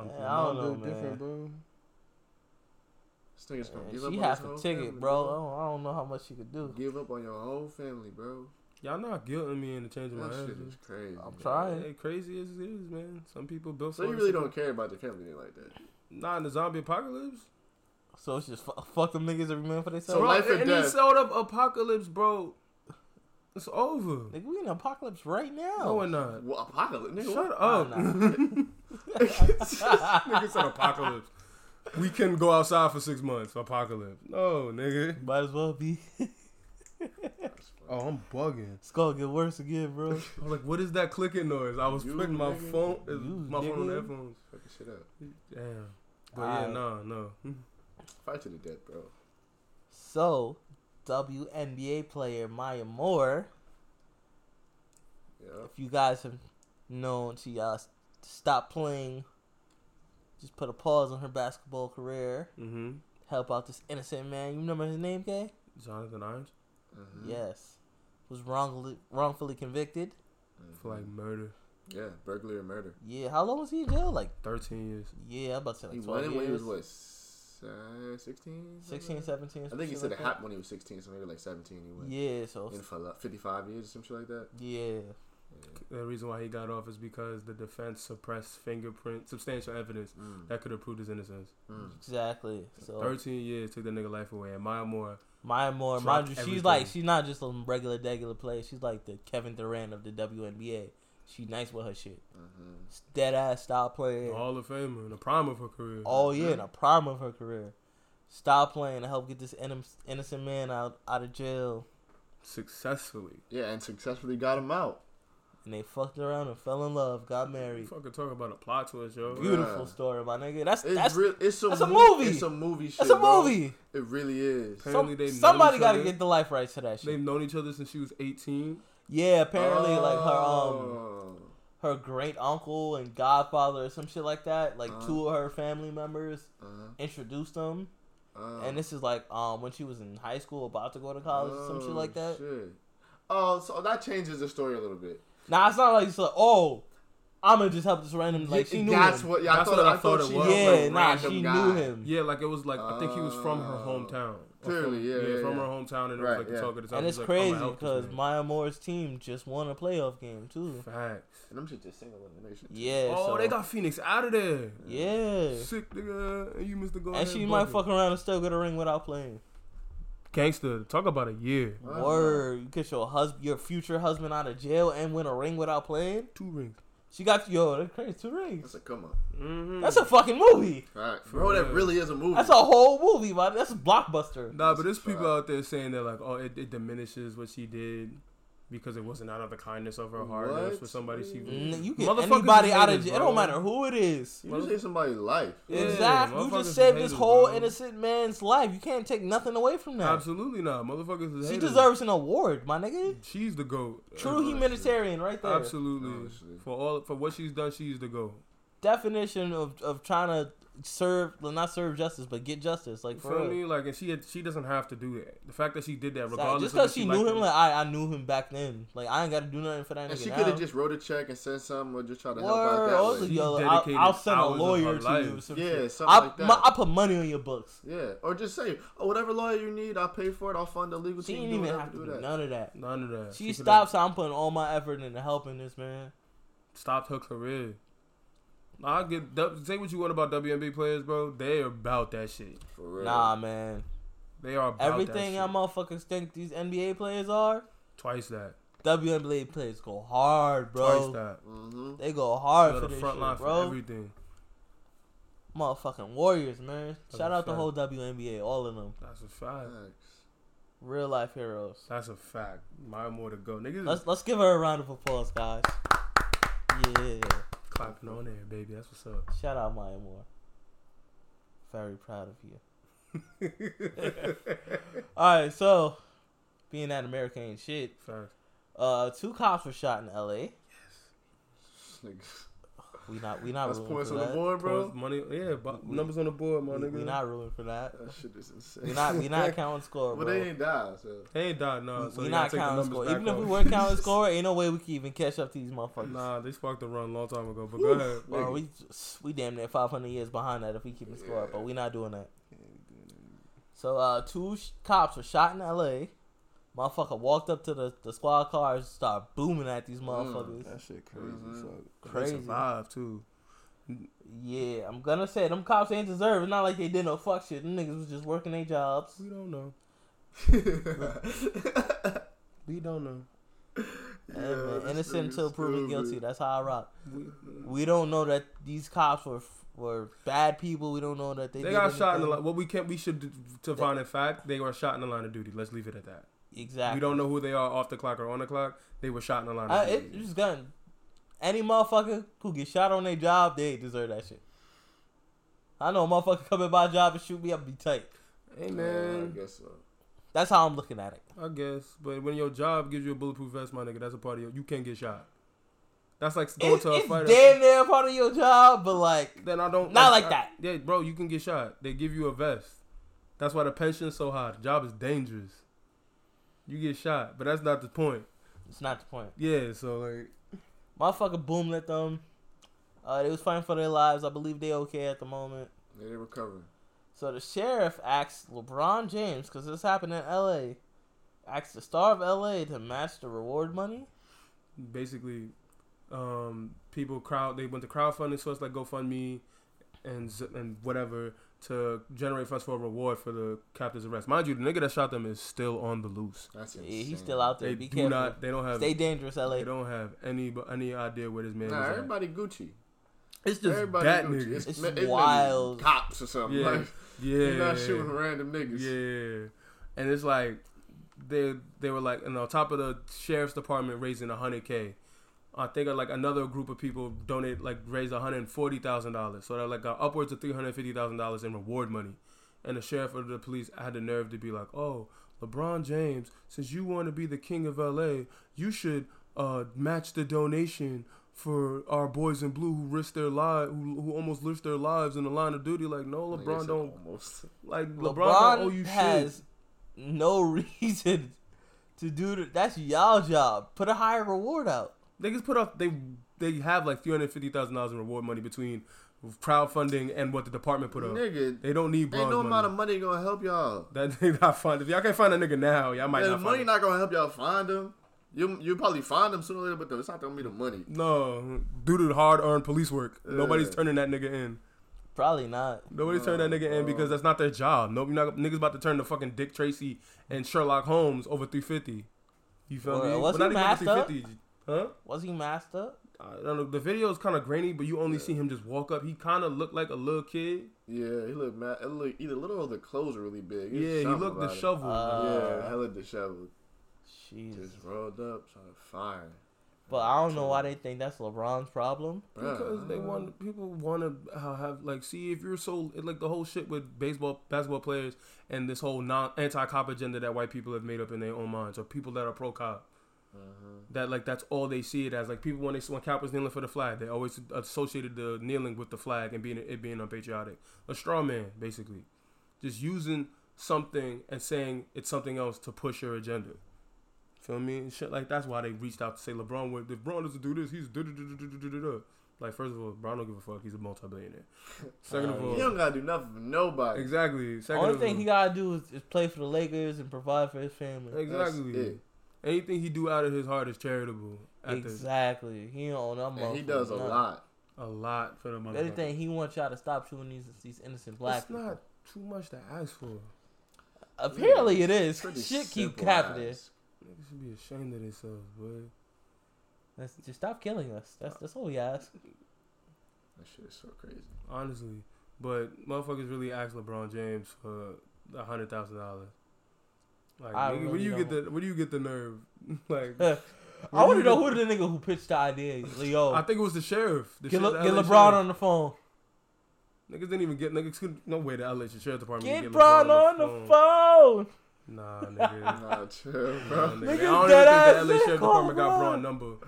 Um,
Yeah,
my
I don't
mom
know,
built
man.
different, bro.
This nigga's gonna give
She
up on his
half a
whole
ticket,
family,
bro. I don't, I don't know how much she could do.
Give up on your whole family, bro.
Y'all not guilting me into changing my
That shit
answer.
is crazy.
I'm
man.
trying.
Hey, crazy as it is, man. Some people built.
So you
for it,
really
some
don't care about your family like that.
Not in the zombie apocalypse.
So it's just fu- fuck them niggas every man for themselves.
So life or
and
death?
it's sold up apocalypse, bro. It's over.
Nigga, we in apocalypse right
No, we're
now.
not.
Well, apocalypse, nigga.
Shut
what?
up.
Nah, nah.
Nigga said apocalypse. We can go outside for six months. Apocalypse. No, nigga.
Might as well be.
That's funny.
Oh, I'm bugging.
It's gonna get worse again, bro.
I'm like, what is that clicking noise? I was
You
putting my
nigga.
phone,
You
my phone on
nigga.
the headphones.
Fucking shit up.
Damn. But yeah,
Alright.
no, no.
Fight to the death, bro.
So, WNBA player Maya Moore,
Yeah.
if you guys have known, she uh, s- stopped playing, just put a pause on her basketball career,
Mm-hmm.
help out this innocent man. You remember his name, Kay?
Jonathan Irons
Mhm.
Yes. Was wrongly, wrongfully convicted.
Mhm.
for like murder.
yeah, burglary or murder.
Yeah, how long was he in jail? Like,
Thirteen years.
yeah, I'm about to say
He
like 12
won it
years.
when he was what, s- uh, 16?
16, 17.
I
some
think he
shit
said
like
it happened when he was 16, so maybe like 17 he
that.
went.
Yeah, so,
In for like 55 years or something like that.
yeah.
Yeah.
The reason why he got off is because the defense suppressed fingerprint, substantial evidence
Mm.
that could have proved his innocence.
Mm.
Exactly. So
Oh.
Thirteen years took that nigga life away, and Maya Moore.
Maya Moore,
Dropped
mind you, she's
everything.
like she's not just a regular, regular player. She's like the Kevin Durant of the WNBA. She nice with her shit.
Mhm.
Dead ass style
the
Oh,
player.
Hall of Famer in the prime of her career.
Oh yeah, in the prime of her career. Stop playing to help get this inno- innocent man out out of jail,
Successfully.
Yeah, and successfully got him out.
and they fucked around and fell in love, got married.
Fucking talk about a plot twist, yo.
You-
Beautiful
Bruh.
story, my nigga. That's
It's
that's
real. It's a,
that's a
mo-
movie.
It's a movie. Shit,
that's a
bro.
movie.
It really is.
Apparently
Some,
they know
somebody
each
got to
other.
get the life rights to that shit.
They've known each other since she was 18.
yeah, apparently like her um
Oh.
her great uncle and godfather or some shit like that. Like
Uh-huh.
two of her family members
Uh-huh.
introduced them,
Uh,
Uh-huh.
and this is like um when she was in high school, about to go to college, or some shit
oh,
like that.
shit. Oh, so that changes the story a little bit.
Nah, it's not like it's like oh, I'm gonna just help this random like
Yeah,
she knew
that's
him.
what. Yeah,
That's
I thought,
what I
I thought
thought it
she
was.
knew
yeah,
a
nah,
random
she
guy.
knew him,
Yeah, like it was like I think he was from her
Oh.
hometown. Or
Clearly,
from-
yeah, yeah,
from her
yeah.
hometown, and it was
Right,
like the
yeah.
talk of the town.
and it's
He's like, "Oh, I'ma
crazy
help this
because
man.
Maya Moore's team just won a playoff game too.
facts.
And I'm just just saying a nation.
Yeah,
Oh,
so,
they got Phoenix out of there.
yeah,
Sick nigga, and you missed the goal.
and she might fuck around and still get a ring without playing.
Gangster, talk about a year.
Uh-huh.
Word, you get your husband, your future husband out of jail and win a ring without playing.
Two rings.
She got yo, that's crazy. Two rings.
That's a come up.
Mm-hmm.
That's a fucking movie.
All right, bro, that
real.
really is a movie.
That's a whole movie, man. That's a blockbuster.
Nah, but there's
That's a
people
fact.
out there saying that like, oh, it, it diminishes what she did because it wasn't out of the kindness of her heart. It was
What?
for somebody she.
Mm, You get
Motherfuckers
anybody
is
out of
haters,
jail. It
bro.
don't matter who it is.
You just say somebody's life.
Yeah,
exactly. You
motherfuckers
just
is
saved this
haters,
whole
bro.
innocent man's life. You can't take nothing away from that.
Absolutely not. Motherfuckers is
She
haters.
deserves an award, my nigga.
She's the goat.
True humanitarian, right there.
Absolutely.
Honestly.
For all for what she's done, she's the goat.
Definition of, of trying to serve, well, not serve justice, but get justice. Like
You
for
feel
real.
me? Like, and she had, she doesn't have to do that. The fact that she did that,
Sorry,
regardless
just because
of
she
if
knew
liked
him,
it-
like I, I knew him back then. Like I ain't got to do nothing for that
And
nigga
she
now.
could have just wrote a check and sent something or just try to help out
Word,
that
also,
way.
She
yo, I'll,
dedicated
I'll send a
hours of her
lawyer to
life.
you. or Some
Yeah,
shit.
something
I,
like that.
My, I put money on your books.
Yeah, or just say, oh, whatever lawyer you need, I'll pay for it. I'll fund the legal
She
team.
didn't
do
even
whatever,
have to
do
do
that.
none of that.
none of that.
She
could've
stopped. So I'm putting all my effort into helping this man.
Stopped her career. I get that- say what you want about WNBA players, bro. They are about that shit.
For real.
Nah, man.
They are about
Everything
that
y'all
shit.
motherfuckers think these NBA players are,
twice that,
WNBA players go hard,
twice
bro.
that.
Mm-hmm.
They go hard
You're
for
the
this
front line
shit,
for
bro.
everything.
Motherfucking Warriors, man.
That's
Shout
a
out the
fact.
whole WNBA, all of them.
That's a fact.
Real life heroes.
That's a fact. My more to go, niggas.
Let's let's give her a round of applause, guys. Yeah.
clapping on there, baby. That's what's up.
Shout out Maya Moore. Very proud of you. Alright, so being that America ain't shit,
Fact.
uh two cops were shot in LA.
Niggas.
We not we not
That's
rooting
points
for
on the
that.
board,
Bro,
bro.
money. Yeah, bu-
We-
numbers on the board, my
We,
nigga.
we not rooting for that.
That shit is insane.
We not we not counting score,
Well,
bro.
they didn't die, so.
They ain't died, no.
We-
uh, so
we
they
not
gotta take the
counting
numbers
score.
back
Even if we
off.
weren't counting score, ain't no way we can even catch up to these motherfuckers.
Nah, they sparked the run a long time ago. But go ahead.
Bro, we we damn near 500 years behind that if we keep the score, but we not doing that. So uh, two sh- cops were shot in L.A. Motherfucker walked up to the, the squad car and started booming at these motherfuckers.
That shit
crazy, Mhm. so-
Crazy.
They survived too.
yeah, I'm gonna say them cops ain't deserve. It's not like they did no fuck shit. Them niggas was just working their jobs.
We don't know.
we
don't know.
Hey, man, innocent until proven guilty. That's how I rock. We don't know that these cops were were bad people. We don't know that they
They,
did
got shot in the
anything.
line. What we can't, we should d- to find in fact, they were shot in the line of duty. Let's leave it at that.
Exactly.
We don't know who they are off the clock or on the clock. They were shot in the line
I,
of
it,
duty.
it's just gun. Any motherfucker who get shot on their job, they deserve that shit. I know a motherfucker come at my job and shoot me, I'll be tight.
hey
Man. I
man,
guess so.
That's how I'm looking at it.
I guess. But when your job gives you a bulletproof vest, my nigga, that's a part of your. You can't get shot. That's like going
It's,
to a
it's
fight.
damn near part of your job, but like,
Then I don't.
Not
I-
like that.
Yeah, bro, you can get shot. They give you a vest. That's why the pension's so high. The job is dangerous. You get shot, but that's not the point.
it's not the point.
Yeah, so like,
Motherfucker boom at them. Uh, they was fighting for their lives. I believe they okay at the moment.
They didn't recover.
So the sheriff asked LeBron James, because this happened in L.A., asked the star of L.A. to match the reward money.
basically, um, people crowd they went to crowdfunding source like GoFundMe, and z- and whatever to generate funds for a reward for the captain's arrest. Mind you, the nigga that shot them is still on the loose.
That's
Yeah,
insane.
he's still out there.
They
Be
do
careful.
not. They don't have.
Stay dangerous, L.A.
they don't have any any idea where this man
Nah,
is. At.
everybody Gucci.
It's just
everybody
that
Gucci.
nigga.
It's,
It's
ma- it's maybe
wild.
Cops or something.
Yeah.
Like,
Yeah,
You're not shooting random niggas.
Yeah, and it's like they they were like, and on top of the sheriff's department raising hundred k, I think like another group of people donate like raised one hundred forty thousand dollars, so they like got upwards of three hundred fifty thousand dollars in reward money, and the sheriff of the police had the nerve to be like, oh, LeBron James, since you want to be the king of L.A., you should uh, match the donation. For our boys in blue who risked their lives, who, who almost risked their lives in the line of duty, like no,
Nigga
LeBron
said
don't
Almost.
like LeBron,
LeBron,
don't owe you
has
shit.
no reason to do that. That's y'all job. Put a higher reward out.
Niggas put up they they have like three hundred fifty thousand dollars in reward money between crowdfunding and what the department put up.
Nigga,
They don't need bronze
ain't no
money.
amount of money gonna help y'all.
that they not find. If y'all can't find a nigga now, y'all might
Yeah, the
not
money
find.
not gonna help y'all find them. You you probably find them sooner or later, but it's not gonna be the money.
no, due to the hard earned police work, nobody's
Yeah.
turning that nigga in.
Probably not.
Nobody turn that nigga in because that's not their job. Nobody not, niggas about to turn to fucking Dick Tracy and Sherlock Holmes over 350. You feel
Well,
me?
wasn't
But not
he
even over
masked
350. Huh?
Was he masked up?
I don't know. The video is kind of grainy, but you only see him just walk up. He kind of looked like a little kid.
Yeah, he looked mad. It looked either little or the clothes were really big. It was
Yeah, he
something
looked
about it.
disheveled.
Uh,
Yeah, hella disheveled.
Jesus.
Just rolled up, trying to fire.
But I don't know why they think that's LeBron's problem.
because they want people want to have like see if you're so like the whole shit with baseball basketball players and this whole non anti cop agenda that white people have made up in their own minds or people that are pro cop.
Uh-huh.
That like that's all they see it as. Like people when they when Cap was kneeling for the flag, they always associated the kneeling with the flag and being it being unpatriotic. A straw man, basically, just using something and saying it's something else to push your agenda. Feel me? And shit like that's why they reached out to say LeBron would if LeBron doesn't do this, he's da da da da da da da. Like first of all, LeBron don't give a fuck. He's a multi-billionaire. Second of
Oh,
all,
You don't gotta do nothing for nobody.
exactly. Second
Only
of
thing
all,
he gotta do is, is play for the Lakers and provide for his family.
That's
exactly.
it.
Anything he do out of his heart is charitable. At the,
Exactly. He don't own that
And he does a lot.
a lot for the motherfucker.
Anything he wants y'all to stop shooting these these innocent black
It's
people.
not too much to ask for.
Apparently it is.
Pretty
Shit keep
simple
happening.
eyes.
Niggas should be ashamed of themselves, boy.
That's, just stop killing us. That's that's all we ask.
That shit is so crazy.
Honestly, but motherfuckers really ask LeBron James for a hundred thousand dollars. Like,
I
nigga, where
really
do you get
don't.
the where do you get the nerve? like,
I want to
you
know
get-
who the nigga who pitched the idea. is. Leo,
I think it was the sheriff. The
get,
sheriff-
Le-
the
get
LA
LeBron
sheriff.
on the phone.
Niggas didn't even get niggas. Could, no way the LA sheriff department.
Get,
could
LeBron on the phone.
Nah, nigga.
Nah, chill,
Nah,
bro.
nigga.
Niggas
I don't
dead ass
even think the LA
said,
sheriff
"Call
department got Braun
Bron."
number.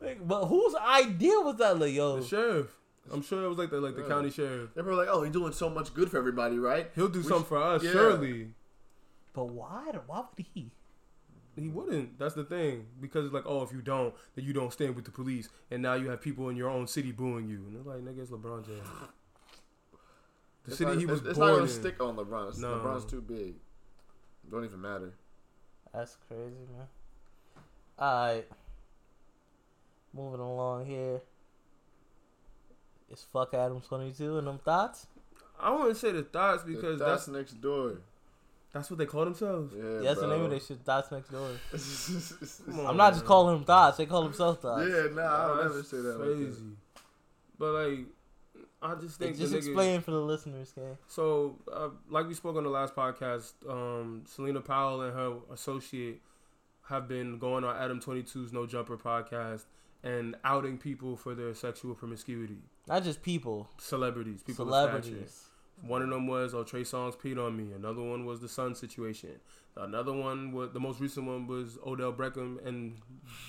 Like, But whose idea was that, Leo?
The sheriff. I'm sure it was like the like the
Yeah.
county sheriff.
They're probably like, oh, he's doing so much good for everybody, right?
He'll do
We
something
sh-
for us,
yeah.
surely.
But why? the- Why would he?
He wouldn't. That's the thing. Because it's like, oh, if you don't, then you don't stand with the police, and now you have people in your own city booing you. And they're like, nigga, it's LeBron James. The
It's
city
not,
he was
it's, it's not
born
gonna
in.
stick on LeBron. It's-
No.
LeBron's too big. Don't even matter.
That's crazy, man. Alright. Moving along here. It's fuck Adam 22 and them thoughts.
I wouldn't say the thoughts because
Because
that's
that's next door.
that's what they call themselves.
Yeah,
That's the
bro.
name of their shit, Thoughts Next Door.
Come on,
I'm not just
man.
calling them thoughts, they call themselves thoughts.
yeah, nah, I
Nah,
would never
that's
say that.
Crazy.
Like that.
But like, I just
They
think
just
the nigga,
explain for the listeners, okay?
So, uh, like we spoke on the last podcast, um, Selena Powell and her associate have been going on Adam 22's No Jumper podcast and outing people for their sexual promiscuity.
Not just people,
Celebrities, people Celebrities. of stature.
celebrities.
One of them was, oh, Trey Songz peed on me. Another one was the Sun situation. Another one, was, the most recent one was Odell Beckham and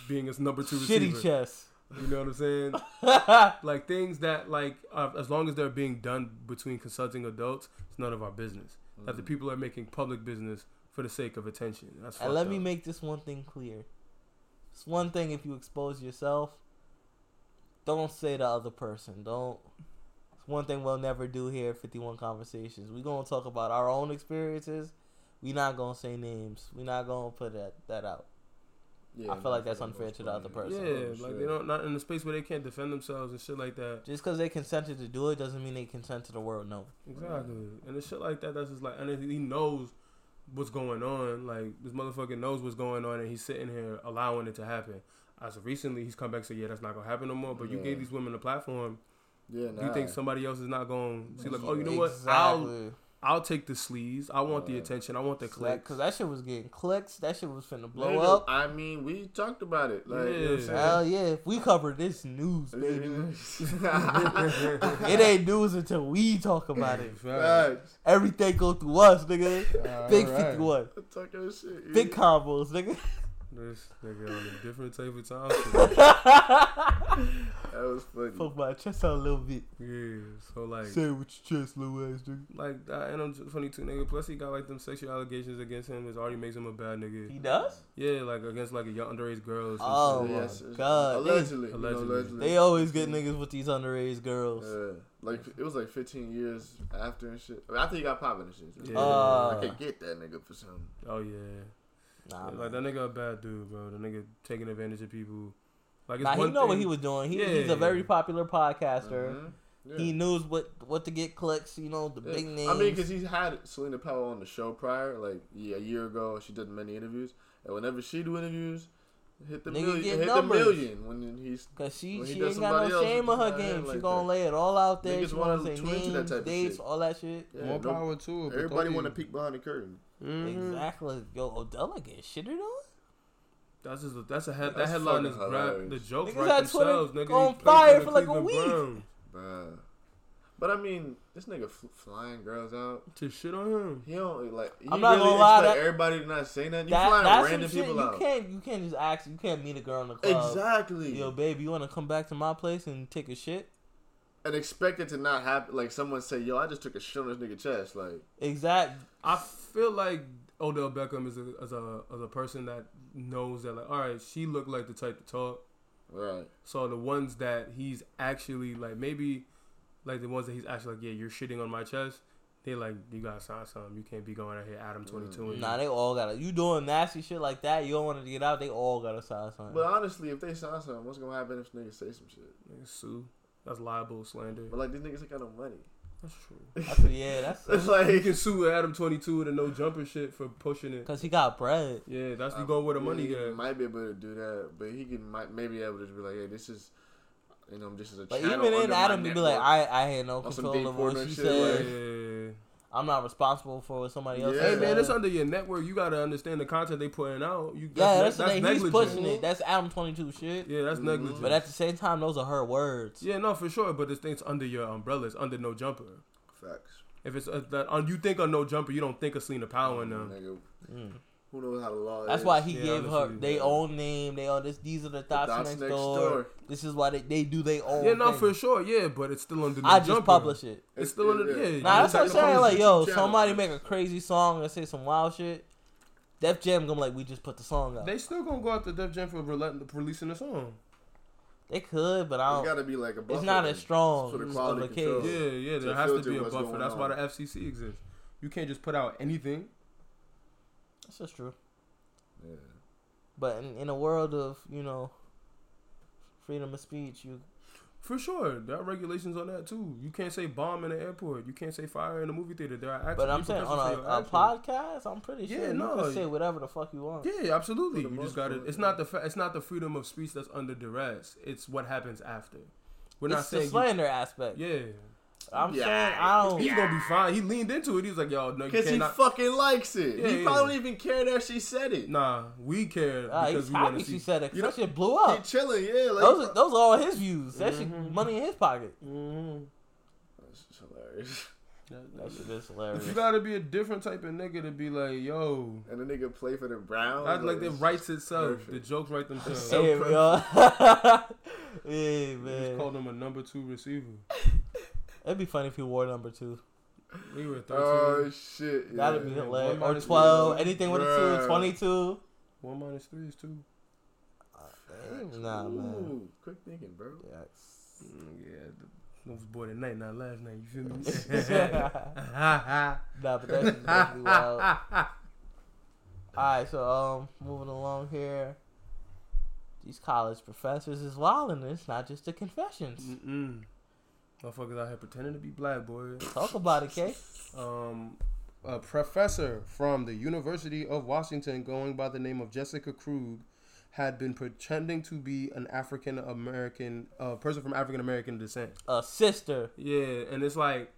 being his number two
Shitty
receiver.
chess.
You know what I'm saying? like things that like uh, as long as they're being done between consulting adults, it's none of our business. That the
Mm.
people are making public business for the sake of attention. That's
And let
fucked
me
up.
make this one thing clear. It's one thing if you expose yourself. Don't say the other person. Don't. It's one thing we'll never do here at 51 Conversations. We're going to talk about our own experiences. We're not going to say names. We're not going to put that, that out.
Yeah,
I feel like that's unfair to the other person.
yeah, like they don't not in a space where they can't defend themselves and shit like that.
Just because they consented to do it doesn't mean they consent to the world. No.
Exactly, and it's shit like that. That's just like, and he knows what's going on. Like this motherfucker knows what's going on, and he's sitting here allowing it to happen. As of recently, he's come back and said, "Yeah, that's not gonna happen no more." But you
Yeah.
gave these women a platform.
Yeah, nah.
You think somebody else is not going to see like, oh, you know what? I'll
Exactly.
I'll take the sleaze. I want the
Yeah.
attention. I want the click.
Because that shit was getting clicks. That shit was finna blow
Nigga,
up.
I mean, we talked about it. Like, you know what I'm
Yeah.
saying?
Hell yeah. If we cover this news, baby.
Facts.
It ain't news until we talk about it. Everything go through us, nigga. Big 51.
I'm talking this shit.
Big
yeah.
combos, nigga.
This nigga on a different type of time.
That was funny.
Fuck my chest out a little bit.
yeah. So like,
Say it with your chest, little ass nigga.
like that, and I'm 22 nigga. Plus he got like them sexual allegations against him, which already makes him a bad nigga.
He does?
Yeah, like against like a young underage girl. or some
Oh,
shit.
my
Yes, it's-
God.
Allegedly. you know,
Allegedly.
allegedly.
They always get niggas with these underage girls.
Yeah. Like it was like 15 years after and shit. After he got popping and shit.
Yeah.
Uh.
I could get that nigga for something.
Oh yeah.
Nah,
like
man.
that nigga a bad dude, bro. The nigga taking advantage of people. Like it's
nah he
one
know what
thing-
he was doing. He,
Yeah,
he's a very
yeah.
popular podcaster.
Mhm. Yeah.
He knows what what to get clicks. You know the
Yeah.
big names.
I mean, because he's had Selena Powell on the show prior, like yeah, a year ago. She did many interviews, and whenever she do interviews, hit the
Nigga
million,
get
hit
numbers.
the million when he's
Cause she,
When he
she
does
ain't got
somebody
no
else,
shame
he
in her
just
game.
not
she
like
gonna
that.
lay it all out there.
Niggas
she
wanna
gonna say
twin to
names,
that type of
dates,
shit.
all that shit.
yeah,
More
no-
power to it. but
Everybody
those-
want to peek behind the curtain.
Mhm.
Exactly. Yo, Odella get shitted on.
That's just a, that's a head, that
That's
headline is
fucking
grab
hilarious.
the joke
Niggas
right
had Twitter
themselves, nigga. He
on
played
fire
the
for like a
Cleveland
week.
Browns
Bruh. But I mean, this nigga fl- flying girls out.
to shit on him.
He don't like. He
I'm not
really
gonna lie,
expect
that-
everybody to not say nothing. You
That,
flying
that's some
random
shit.
people
You
out.
can't you can't just ask. You can't meet a girl in the club.
Exactly.
Yo, baby, you wanna come back to my place and take a shit?
And expect it to not happen. Like someone say, "Yo, I just took a shit on this nigga chest." Like
Exact.
I feel like Odell Beckham is a, as a as a person that knows that like all right, she looked like the type to talk.
right.
So the ones that he's actually like maybe like the ones that he's actually like yeah, you're shitting on my chest. They like you gotta sign something. You can't be going out here Adam twenty
Oh,
two. and
Nah, they all gotta. You doing nasty shit like that? You don't want to get out. They all gotta sign something.
But honestly, if they sign something, what's gonna happen if niggas say some shit?
Nigga, sue. That's libel slander.
But like these niggas ain't got no money.
That's true.
That's, yeah, that's
It's
He
like
can sue Adam twenty two and the no jumper shit for pushing it.
because he got bread.
Yeah, that's you
Um,
go where the
yeah,
money
he
goes.
Might be able to do that, but he can might maybe able to just be like, "Hey, this is." You know, this is a
But
channel
even
under
in
my
Adam, he'd be like,
network."
I I had no
On some
control
deep
of what
porno
she
shit,
said.
like-
Yeah.
I'm not responsible for what somebody else.
Yeah.
Hey
said.
man, it's under your network. You gotta understand the content they putting out. You
yeah,
that's, that's,
that's, the thing. He's
negligent.
pushing it. That's Adam 22 shit.
Yeah, that's
Mhm.
negligent.
But at the same time, those are her words.
yeah, no, for sure. But this thing's under your umbrella. It's under no jumper.
"Facts."
If it's uh that on you think of no jumper, you don't think of Selena Powell in them.
Nigga,
Mm.
who knows how the law
That's
is?
why he
Yeah,
gave her
honestly,
they
yeah.
own name. They own this. These are the thoughts,
Thoughts
next,
next
door.
door.
This is why they, they do their own.
Yeah, no,
thing.
for sure. Yeah, but it's still under no
I
jumper.
just publish it.
It's still under. Yeah, you
Nah,
just
that's what
have
I'm
to
saying.
publish
Like,
it.
yo,
YouTube channel,
somebody
man.
make a crazy song and say some wild shit. Def Jam gonna be like, we just put the song out. They,
they still gonna go after Def Jam for rele- for releasing a song.
could, but I
It's
don't.
got to be like a.
it's not as strong
for the
of
quality
a
Yeah,
control.
case.
yeah, there
To
has to
filter
be a
what's
buffer.
going
That's why
on.
the FCC exists. You can't just put out anything.
That's just true.
Yeah.
But in, in a world of you know freedom of speech, you
For sure, there are regulations on that too. You can't say bomb in an airport. You can't say fire in a movie theater. There are actual
But I'm saying on
repercussions for your
a, a
actions.
podcast, I'm pretty
Yeah,
sure you
no,
can say whatever the fuck you want.
Yeah, absolutely.
For the
You just
most
got to
part,
It's
yeah.
not the fa- it's not the freedom of speech that's under duress. It's what happens after. We're
it's
not saying
the
you-
slander aspect.
yeah.
I'm
Yeah.
saying I don't.
He's gonna be fine. He leaned into it. He was like, "Yo, no, you
Because he
cannot."
fucking likes it.
Yeah,
he
yeah.
probably don't even care that she said it.
nah, we care
Ah,
because
he's
we want
happy
to see.
she said it. 'cause
You
That shit blew
He
up.
chilling, yeah. Like,
Those are, those are all his views. That
Mhm.
shit, money in his pocket.
Mm-hmm.
Mhm.
That's just hilarious.
That shit is
If
hilarious.
you gotta be a different type of nigga to be like, "Yo."
And the nigga play for the Browns.
I'd like it
it's-
writes itself. The
perfect.
jokes write themselves.
So
hey,
perfect.
yo. hey,
We just
man.
called him a number two receiver.
It'd be funny if he wore number two.
We were 13.
Oh shit! Yeah.
That'd be
yeah,
hilarious.
one
Or
minus two
12,
is one.
anything with a
Bruh.
two, 22.
One minus three is two.
Damn, Uh, Nah, man.
Ooh, quick thinking, bro.
Yikes.
Mm, yeah, I was born at night, not last night. You feel me?
Nah, but that's definitely wild. Alright, so um moving along here. These college professors is wild and it's not just the confessions.
Mm-mm. Motherfuckers out here pretending to be black boy.
Talk about it, K.
Um, a professor from the University of Washington, going by the name of Jessica Krug, had been pretending to be an African American, a person from African American descent.
A sister.
Yeah, and it's like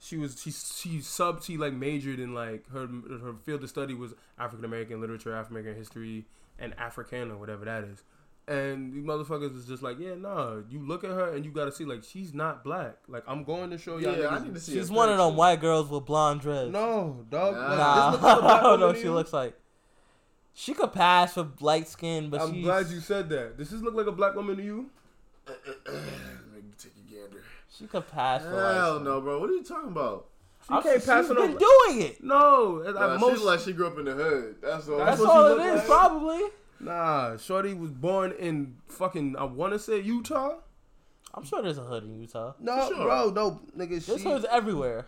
she was she she sub she like majored in like her her field of study was African American literature, African American history, and Africana, whatever that is. And you motherfuckers is just like, yeah, nah. You look at her and you gotta see like she's not black. Like I'm going to show y'all.
yeah, I
niggas-
need to see.
She's
a
one of them
picture.
white girls with blonde dreads.
No, dog.
Nah.
Like, this
nah.
looks like a black
I don't know
woman
what
to
she
you?
looks like. She could pass for light skin, but
I'm
she's,
glad you said that. Does this look like a black woman to you?
Let me take a gander.
she could pass for light
Hell
skin.
no, bro. What are you talking about?
She
I'm-
can't pass
she's
it
been
on.
doing it.
No, at-
Nah,
at
she's
most
like she grew up in the hood. That's all.
That's
That's,
what she
all it
look
is,
like.
probably.
nah. Shorty was born in fucking I want to say Utah.
I'm sure there's a hood in Utah.
No,
Sure.
bro, no, nigga.
There's
She,
hoods everywhere.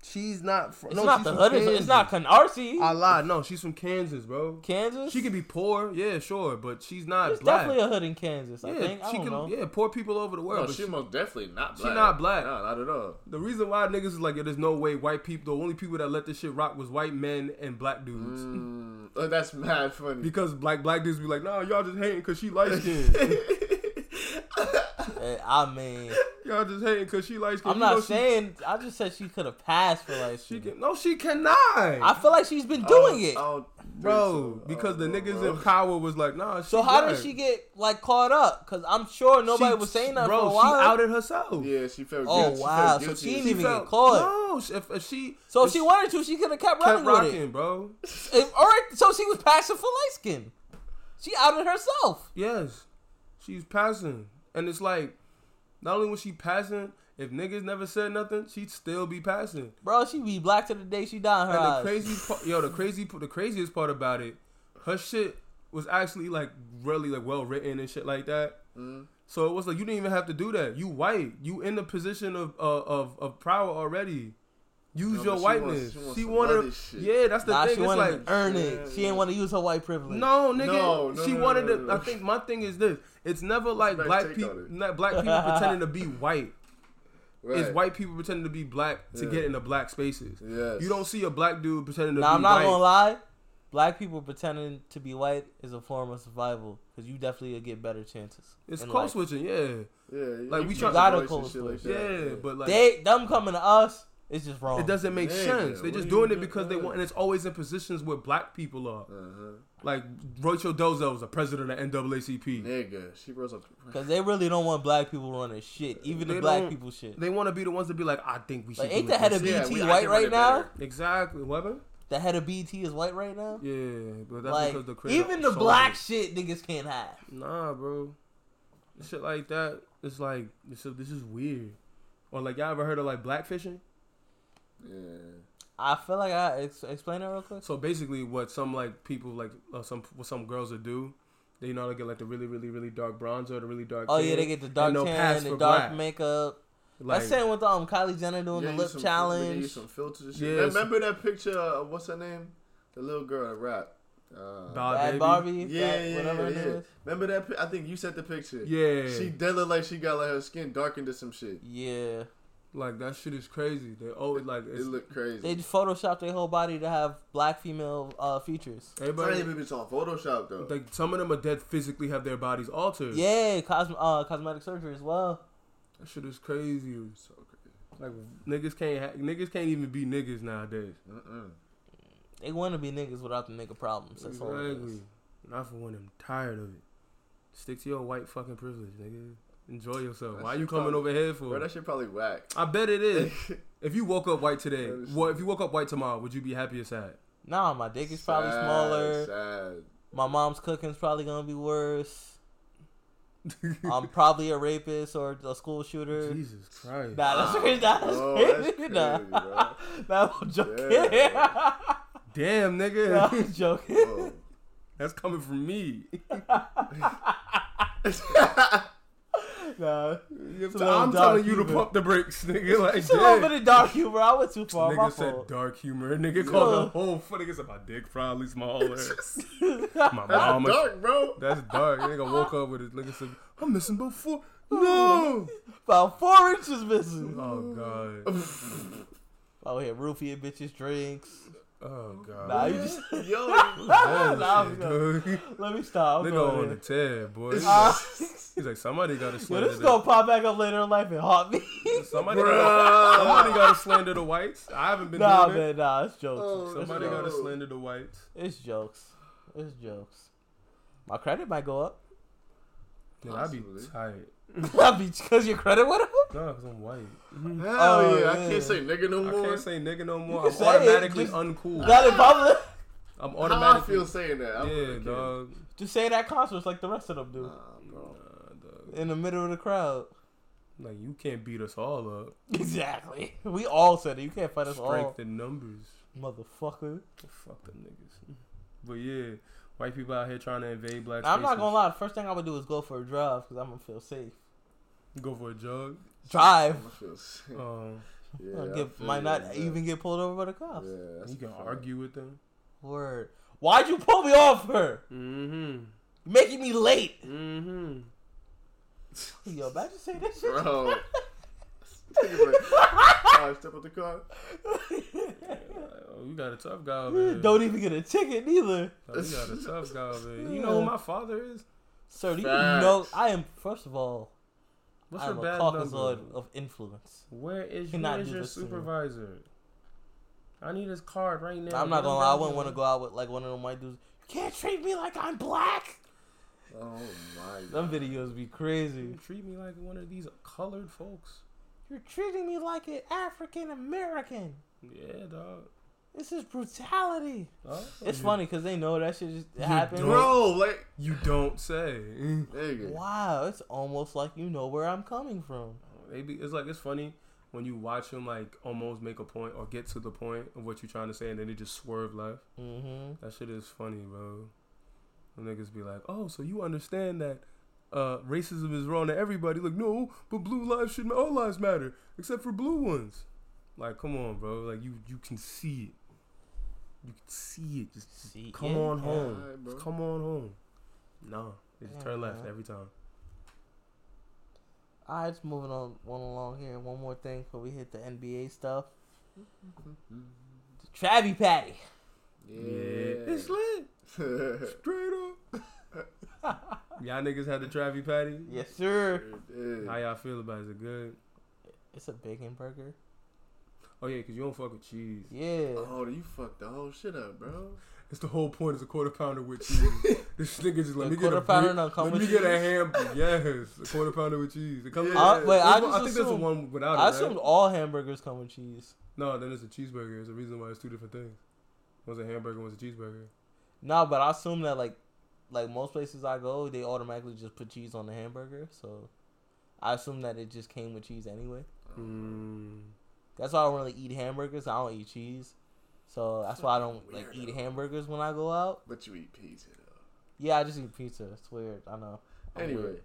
She's not. From,
It's
no,
not
she's
the
from
hood. It's
Kansas.
it's not Canarsie.
I lied. No, she's from Kansas, bro.
Kansas.
She could be poor, yeah, sure, but she's not
There's
black.
definitely a hood in Kansas. I
yeah,
think. I
she
don't
can.
know.
Yeah, poor people over the world.
No,
but
she,
she-
most definitely not
she
black.
not black.
No, not at all.
the reason why niggas is like, yo, there's no way white people. The only people that let this shit rock was white men and black dudes.
Mm, oh, that's mad funny.
Because black black dudes be like, nah, y'all just hating because she light skinned.
Eh, I mean,
y'all just hating because she light skinned.
I'm not saying. I just said she could have passed for like.
she, Oh, can. No, she cannot. I
I feel like she's been doing it.
bro, because
uh,
the niggas in power was like, nah.
so
she
how
black.
did she get like caught up? Because I'm sure nobody
She-
was saying that
bro,
for a while.
She outed herself.
Yeah, she felt.
Oh,
guilty.
wow, so
She felt guilty.
she didn't
She
even get
felt-
caught.
No, she- if, if she
so if she wanted to, she could have kept,
kept
running
rocking,
with
bro.
it. If- Or so she was passing for light skin. She outed herself.
Yes, she's passing, and it's like not only was she passing. If niggas never said nothing, she'd still be passing.
Bro, she be black to the day she died in her
And the
eyes.
crazy part, yo, the crazy, the craziest part about it, her shit was actually like really like well written and shit like that.
Mm.
So it was like you didn't even have to do that. You white, you in the position of uh, of of power already. Use your
No, but she wants-
whiteness.
she wants
She
some
wanted,
other shit.
yeah, that's the
nah,
thing.
she
it's
wanted
like er,
to earn it.
yeah,
she ain't want to use her white privilege.
No, nigga.
No, no,
she
no,
wanted
no,
to.
no,
I
no.
think my thing is this: it's never like
nice
black
take
people,
on it.
not black people pretending to be white.
Right.
It's white people pretending to be black to
Yeah.
get into black spaces.
Yes.
You don't see a black dude pretending to
Now
be
I'm not
white.
gonna lie, black people pretending to be white is a form of survival because you definitely get better chances.
It's
in
code
life.
switching, yeah,
Yeah.
Like, we
use
try-
your
Gotta
voice and
close
shit like
yeah,
that.
but like
They them coming to us, it's just wrong.
it doesn't make
Nigga,
sense. They're
what
just
Oh, you
doing it
do-
because they
yeah.
want, and it's always in positions where black people are.
Uh-huh.
Like Rachel Dozo is a president of NAACP.
Nigga, she rose up.
Cause they really don't want black people running shit, even
They
the black
don't-
people shit.
They want to be the ones to be like, I think we should.
Like
do
ain't
it
the head
this
of
way."
Yeah,
BT
we- I can
white
run
right
it
now?
better.
Exactly, weapon.
The head of BT is white right now.
Yeah, but that's
like
because the creator
even the
sold
black
it.
shit niggas can't have.
Nah, bro. Shit like that. It's like this. Is, this is weird. Or like y'all ever heard of like blackfishing?
Yeah.
I feel like I ex- explain it real quick.
So basically, what some like people like uh, some what some girls would do, they you know they get like the really really really dark bronzer or the really dark.
Oh yeah,
tan,
they get the dark
and they'll pass
tan, the
for
dark
black.
makeup.
Like,
That's saying with um Kylie Jenner doing the
Yeah, use
lip
some- nigga,
challenge.
use some filters. and
Yeah,
shit.
some-
Remember that picture? Of, what's her name? The little girl that rap. Uh,
Bob-
Bad
baby.
Barbie,
yeah,
Bad-
yeah,
whatever her
yeah.
name is.
Remember that? pi- I think you sent the picture.
yeah,
She did look like she got like her skin darkened to some shit.
Yeah,
like that shit is crazy. They always Oh, like
It
it's,
looked crazy.
they just photoshopped their whole body to have black female uh, features.
Some of
everybody
them it's on Photoshop though.
like some of them are dead physically have their bodies altered.
Yeah, cosm- uh, cosmetic surgery as well.
that shit is crazy.
so crazy.
Like niggas can't ha- niggas can't even be niggas nowadays.
Mm-mm.
They want to be niggas without the nigga problems. That's all it is.
Exactly. And I for one am tired of it. Stick to your white fucking privilege, nigga. Enjoy yourself.
That
Why you
shit
coming
probably-
over here
Bro,
for?
that shit probably whack.
I bet it is. if you woke up white today,
That is-
well, if you woke up white tomorrow, would you be happy or sad?
Nah, my dick is probably
Sad,
smaller.
Sad.
My mom's cooking's probably gonna be worse. I'm probably a rapist or a school shooter.
Jesus Christ.
Nah, that's crazy. That's
Oh, that's
crazy.
crazy,
Nah, nah, I'm joking.
Yeah. Oh.
Damn,
Nah,
nigga.
I'm joking.
Whoa.
That's coming from me.
Nah,
I'm
a little dark
telling you to
humor.
pump the brakes, nigga. Like,
it's a little bit
damn.
of dark humor. I went too far. My
Nigga said
fault.
dark humor. Nigga called
Yeah.
the whole funny. Nigga said my dick probably smaller. my
That's
mama.
dark, bro.
That's dark. Nigga woke up with his nigga said, I'm missing about four.
Oh.
No.
About four inches missing.
Oh god.
Oh yeah, roofie and bitches drinks.
Oh god.
Nah, you just
Yo,
Oh,
Nah,
shit,
I'm
dude.
let me stop. I'm
Nigga on
going
the
in.
tab, boy. He's like,
Uh,
he's like, somebody got to
Yo,
slander.
this is
the-
gonna pop back up later in life and haunt me.
Somebody
Bruh.
got to slander the whites. I haven't been
nah,
doing it.
man, nah, it's jokes.
Oh,
Somebody
no.
got to slander the whites.
It's jokes. It's jokes. My credit might go up.
Nigga, I'd be
Possibly.
tired.
because your credit went up.
No, because I'm white.
hell
Oh,
yeah. I
yeah.
can't say nigga no
I
more.
can't say nigga no more. I'm
say it,
automatically
just-
uncool.
Not in public.
I'm
How I
automatically.
feel saying that? I really
yeah,
can't.
dog.
Just say that concerts like the rest of them
Nah,
do
bro.
Nah, dog.
in the middle of the crowd.
Like you can't beat us all up.
Exactly. We all said it. You can't fight us all,
Strength in numbers.
motherfucker.
Fuck them
Mm.
niggas. But yeah, white people out here trying to invade black.
Now, I'm not
spaces.
gonna lie. The first thing I would do is go for a drive because I'm gonna feel safe.
Go for a jog.
Drive.
I feel sick.
Um,
Yeah, I
get,
feel
might
you
not
on that.
even get pulled over by the
Yeah,
cops.
that's
You
a
can
fact.
argue with them.
Word. Why'd you pull me off her?
Mm-hmm.
You're making me late.
Mm-hmm.
Yo, imagine saying that shit.
Bro. Nigga's like, "Ah, step up the car.
Oh, we got a tough guy over here.
Don't even get a ticket neither.
Oh, we got a tough guy over here. You know who my father is?
Sir, do you
Facts.
know I am first of all
What's
I
your
am a
bad
Caucasoid
number?
of influence.
Where is
Cannot
where is
do
your
this to me.
supervisor? I need his card right now.
I'm not gonna lie, I wouldn't wanna go out with like one of them white dudes. You can't treat me like I'm black.
Oh my god.
Them videos be
You
crazy.
treat me like one of these colored folks.
You're treating me like an African American.
Yeah, dog.
This is brutality.
Oh,
It's
you-
funny because they know that shit just
You
happened.
Bro, like,
You don't say.
nigga.
Wow, it's almost like you know where I'm coming from.
Maybe it's like it's funny when you watch him like almost make a point or get to the point of what you're trying to say, and then they just swerve left.
Mm-hmm.
That shit is funny, bro. The niggas be like, "Oh, so you understand that uh, racism is wrong to everybody?" Like, no, but blue lives should all lives matter except for blue ones. Like, come on, bro. Like, you you can see it. You can see it. Just
See,
come
yeah,
on
yeah.
home.
Alright, bro.
Just come on home. No, they just turn left
Yeah.
every time.
All right, just moving on one along here. One more thing before we hit the NBA stuff. Travi Patty.
it's
Yeah.
lit. Straight up. y'all niggas had the Travi Patty.
Yes, sir.
How
Yeah.
y'all feel about it? Is it good?
It's a bacon burger.
Oh yeah, cause you don't fuck with cheese.
Yeah.
Oh, you fucked the whole shit up, bro.
It's the whole point is a quarter pounder with cheese. this nigga just let me
The
get a
quarter pounder
brick-
don't come
let
with
me get a
cheese?
ham. Yes, a quarter pounder with cheese. It comes.
Yeah. Uh,
wait, I
There's one-
just
think there's a
assumed-
one without it.
I
right?
assumed all hamburgers come with cheese.
No, then it's a cheeseburger. There's a reason why it's two different things. One's a hamburger, one's a cheeseburger.
Nah, but I assume that like, like most places I go, they automatically just put cheese on the hamburger. So, I assume that it just came with cheese anyway. Hmm.
Mm.
That's why I don't really eat hamburgers. I don't eat cheese. So that's why I don't like eat
Weirdo.
hamburgers when I go out.
Oh, But you eat pizza though.
Yeah, I just eat pizza. It's weird. I know. I'm
Anyway,
weird.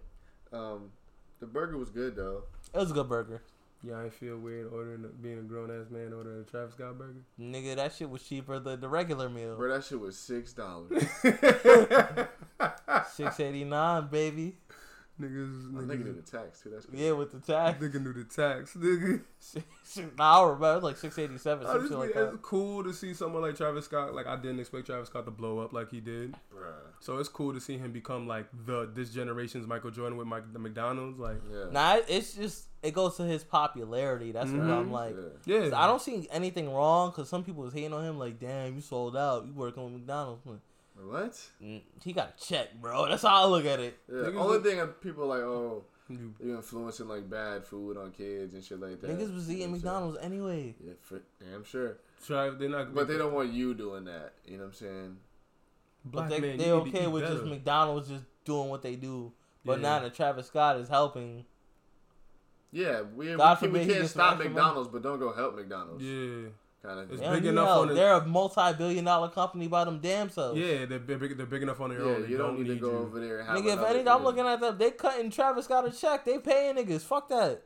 um, the burger was good though.
it was a good burger,
Yeah, I feel weird ordering a, being a grown ass man ordering a Travis Scott burger.
nigga. That shit was cheaper than the regular meal.
Bro, that shit was six dollars.
Six eighty nine, baby.
Niggas,
My nigga did
niggas,
a tax too. That's crazy.
Yeah, with the tax.
nigga knew the tax, nigga.
Nah, I don't remember. It was like six eighty
Oh,
seven,
I
some
just
shit
mean,
like
it's
that.
cool to see someone like Travis Scott. Like I didn't expect Travis Scott to blow up like he did.
Bruh.
So it's cool to see him become like the this generation's Michael Jordan with Mike, the McDonald's. Like
Yeah.
Nah, it- it's just it goes to his popularity. That's
Mhm.
what I'm like.
Mm-hmm. Yeah.
yeah,
I don't see anything wrong because some people was hating on him. Like, damn, you sold out. You working with McDonald's? I'm like,
What?
"Mm, He got a check, bro. That's how I look at it.
Yeah.
Niggas
Only
was-
thing that people like, oh,
You-
you influencing like bad food on kids and shit like that.
Niggas was
You
eating
know what I'm saying?
McDonald's anyway.
Yeah, for damn sure.
Trav, they're not.
But they don't want you doing that. You know what I'm saying?
Black
but they,
man,
they
you need to
okay
eat
with just
better.
McDonald's just doing what they do. But
Yeah.
now that Travis Scott is helping,
Yeah, we, we,
God
can,
forbid
we
he
can't
gets
stop
some extra money.
McDonald's, but don't go help McDonald's.
Yeah,
Kind of.
It's
they don't
big
need
enough
help.
on the-
they're a multi-billion dollar company by them damn selves.
yeah, they're big. They're big enough on their
Yeah,
own. They
you don't need to go
you.
over there and have
Nigga, if
another
anything, I'm
kid.
looking at them. They cutting Travis Scott a check. They paying niggas. Fuck that.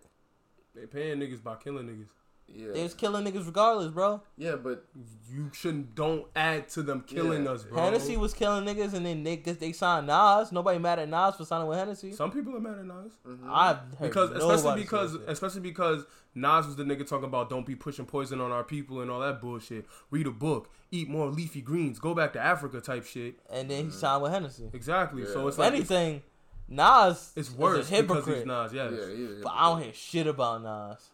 They paying niggas by killing niggas.
Yeah,
They was killing niggas regardless, bro.
yeah, but
You shouldn't. Don't add to them killing
Yeah.
us, bro.
Hennessy was killing niggas, and then they they signed Nas. Nobody mad at Nas for signing with Hennessy.
Some people are mad at Nas
Mm.
I've heard
Mm-hmm. because,
nobody
especially
say
because,
that.
especially because Nas was the nigga talking about don't be pushing poison on our people and all that bullshit. Read a book, eat more leafy greens, go back to Africa type shit.
and
Mm.
then he signed with Hennessy.
Exactly.
Yeah.
So it's
If
like it's,
anything, Nas
it's
is
worse because
a
he's
hypocrite.
Nas. Yes.
yeah, yeah,
But I don't hear shit about Nas.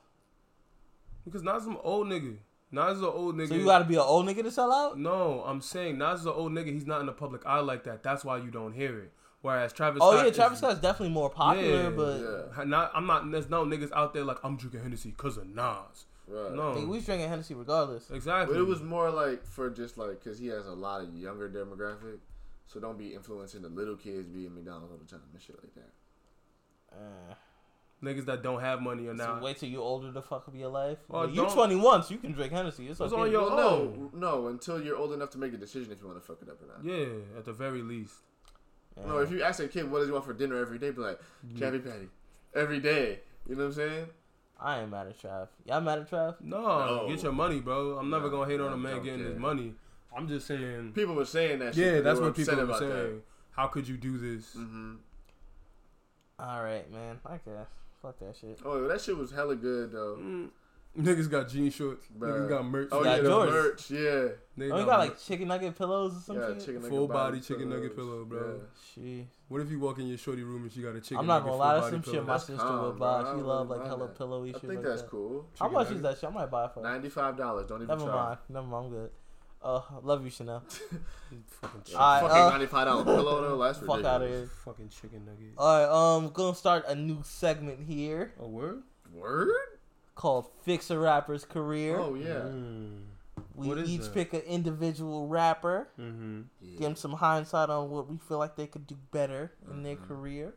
Because Nas is an old nigga. Nas is an old nigga.
So you gotta be an old nigga to sell out.
No, I'm saying Nas is an old nigga. He's not in the public eye like that. That's why you don't hear it. Whereas Travis.
Oh
Scott
yeah,
is-
Travis Scott's definitely more popular,
Yeah,
but
yeah.
Ha- Not, I'm not. There's no niggas out there like I'm drinking Hennessy because of Nas.
Right.
No.
nigga, we was drinking Hennessy regardless.
Exactly.
But it was more like for just like because he has a lot of younger demographic, so don't be influencing the little kids being McDonald's all the time and shit like that.
Uh,
niggas that don't have money or
so
not.
wait till you older the fuck of your life.
Oh,
Well, you
don't-
21, so you can drink Hennessy. It's
It's
okay.
on your-
Well,
Oh.
no, no, until you're old enough to make a decision if you want to fuck it up or not.
Yeah, at the very least.
Yeah.
No, if you ask a kid what does he want for dinner every day, be like, Krabby Patty, every day. You know what I'm saying?
I ain't mad at Trav. Y'all mad at Trav?
No,
No.
get your money, bro. I'm never
No,
gonna hate on
I
a man
don't
getting his
care.
money. I'm just saying.
People were saying that. shit,
Yeah,
'cause
that's
they were
what people
upset
were saying.
about that.
How could you do this?
Mhm.
All right, man. I guess. Fuck that shit.
Oh, that shit was hella good though.
Mm. Niggas got jean shorts.
Bruh.
Niggas got merch.
Oh
got
yeah, the
Jordans.
merch. Yeah,
They
Oh, you got like chicken nugget pillows or some
yeah,
shit.
chicken nugget
Full
body
body chicken nugget pillow, bro.
Yeah.
She.
What if you walk in your shorty room and she got a chicken?
I'm not
nugget
gonna
full
lie, that's
body
some shit
pillow?
my
That's
sister
calm,
would buy.
bro. I
She
don't
love
really
like
mind
hella
that.
pillowy shit.
I think
like
that's
that.
cool.
How
Chicken
much is
nugget.
that shit? I might buy it for. her.
Ninety-five dollars. Don't even
Never
try.
mind. Never mind. I'm good. Uh, love you, Chanel.
Fucking chicken,
All right,
Fucking
uh,
ninety-five dollar pillow though. That's ridiculous.
fuck out of here.
fucking chicken nugget.
All right, um, gonna start a new segment here
A word?
Word?
called "Fix a Rapper's Career."
Oh yeah.
Mm-hmm.
Mm.
we
what is
each
that?
pick an individual rapper,
Mm-hmm.
Yeah.
give them some hindsight on what we feel like they could do better in their
Mhm.
career.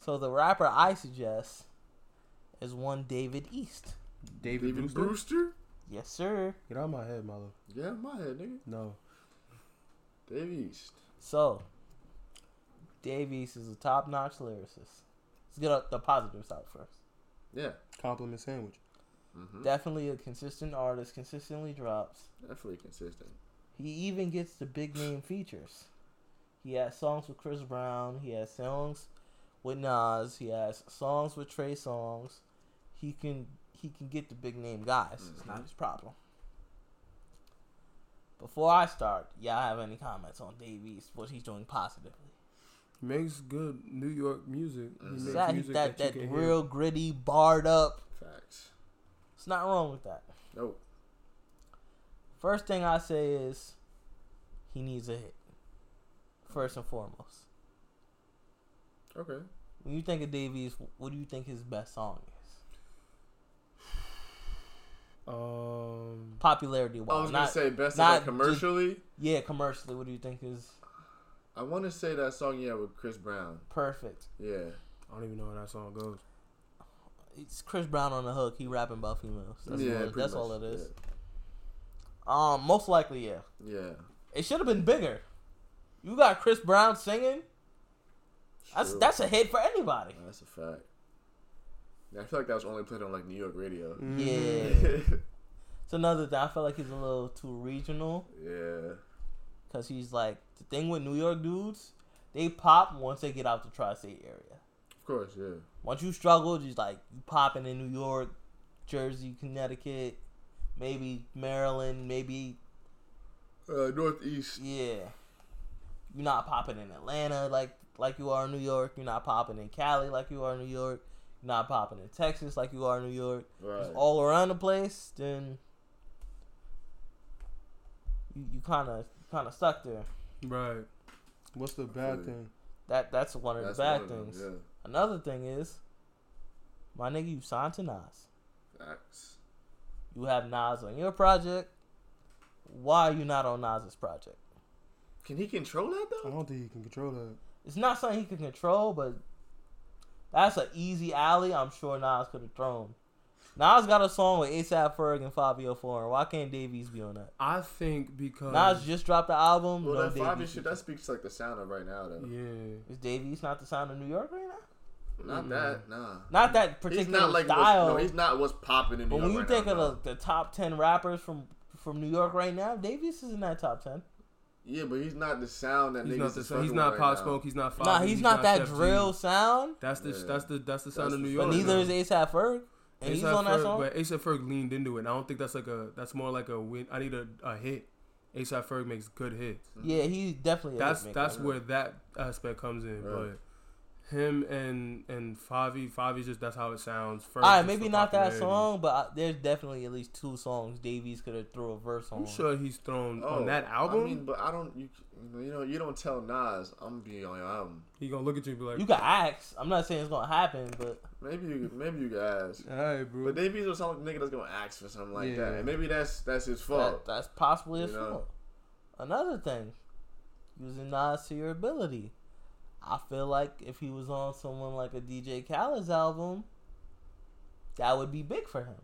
So the rapper I suggest is one David East.
David,
David
Brewster?
Brewster?
Yes, sir.
Get out of my head, Milo.
Yeah, my head, nigga.
No.
Dave East.
So, Dave East is a top-notch lyricist. Let's get up the positives out first.
Yeah.
Compliment sandwich.
Mm-hmm.
Definitely a consistent artist, consistently drops.
Definitely consistent.
He even gets the big name features. He has songs with Chris Brown. He has songs with Nas. He has songs with Trey Songs. He can he can get the big name guys. It's
Mm-hmm.
not his problem. Before I start, y'all have any comments on Davies? What he's doing positively?
Makes good New York music. He makes
That
music
that,
you
that,
can hear.
real gritty, barred up.
Facts.
It's not wrong with that.
Nope.
First thing I say is he needs a hit. First and foremost.
Okay.
When you think of Davies, what do you think his best song is?
Um,
Popularity wise,
I was
not
gonna say best
not
of like, commercially.
yeah, commercially. What do you think is
I want to say that song yeah with Chris Brown.
perfect?
Yeah.
I don't even know how that song goes.
It's Chris Brown on the hook. He rapping about females. That's,
yeah.
all, it-
pretty
that's
much.
all it is. Um, most likely, yeah.
Yeah. yeah.
It should have been bigger. You got Chris Brown singing. That's
True.
that's a hit for anybody.
That's a fact. Yeah, I feel like that was only played on like New York radio.
Mm.
Yeah, it's another thing. I feel like he's a little too regional
yeah.
because he's like the thing with New York dudes. They pop once they get out the tri-state area.
Of course. Yeah.
Once you struggle, just like you popping in New York, Jersey, Connecticut, maybe Maryland, maybe
Uh, Northeast.
yeah. You're not popping in Atlanta like like you are in New York. You're not popping in Cali like you are in New York. You're not popping in Texas like you are in New York.
Right.
Just all around the place, then you you kind of kind of stuck there.
Right. What's the
feel you.
bad thing?
That that's one of
That's
the bad
one of them,
things. Another thing is, my nigga, you signed to Nas.
Yeah. Facts.
You have Nas on your project. Why are you not on Nas's project?
Can he control that
I
though?
don't think you can control that.
It's not something he can control, but that's an easy alley. I'm sure Nas could have thrown. Nas got a song with ASAP Ferg and Fabio Foreign. Why can't Davies be on that?
I think because
Nas just dropped the album.
Uh, Well,
no
that
Davies.
Fabian shit that speaks to, like the sound of right now though.
yeah.
Is Davies not the sound of New York right now?
Not
Mm-mm.
that. Nah.
Not that
He's
particular
not like
style.
What's, no, he's not what's popping in New
but when
York
you
right
think
now, no.
of the, the top ten rappers from from New York right now, Davies is in that top ten.
yeah, but he's not the sound that
He's
niggas
not,
is
the,
fucking
he's not
with
Pop
right
Smoke. He's not Foxy.
nah, he's, not, that
Chef G.
drill sound.
That's the
Yeah.
that's the that's the sound
That's
of New
the-
York.
But neither
now.
is ASAP Ferg, and he's
A$AP
on that
Ferg-
song.
But ASAP Ferg leaned into it. And I don't think that's like a that's more like a win. I need a, a hit. ASAP Ferg makes good hits.
Yeah, he's definitely. A
that's
hitmaker.
that's where that aspect comes in.
Right.
But him and and Favi Favi's just that's how it sounds. Ferg
All right,
just
maybe
for
not that
popularity.
song, but I, there's definitely at least two songs Davies could have threw a verse on.
I'm sure he's thrown
now.
on that
Oh,
album.
I mean, but I don't. You, you know, you don't tell Nas I'm being on your album.
he gonna look at you and be like,
You can ask. I'm not saying it's gonna happen, but
Maybe you, maybe you guys.
"All right, bro."
But Davies was some nigga that's gonna ask for something like that,
Yeah.
and maybe that's that's his
that,
fault.
that's possibly his
You know.
fault. Another thing, using Nas to your ability. I feel like if he was on someone like a DJ Khaled's album, that would be big for him.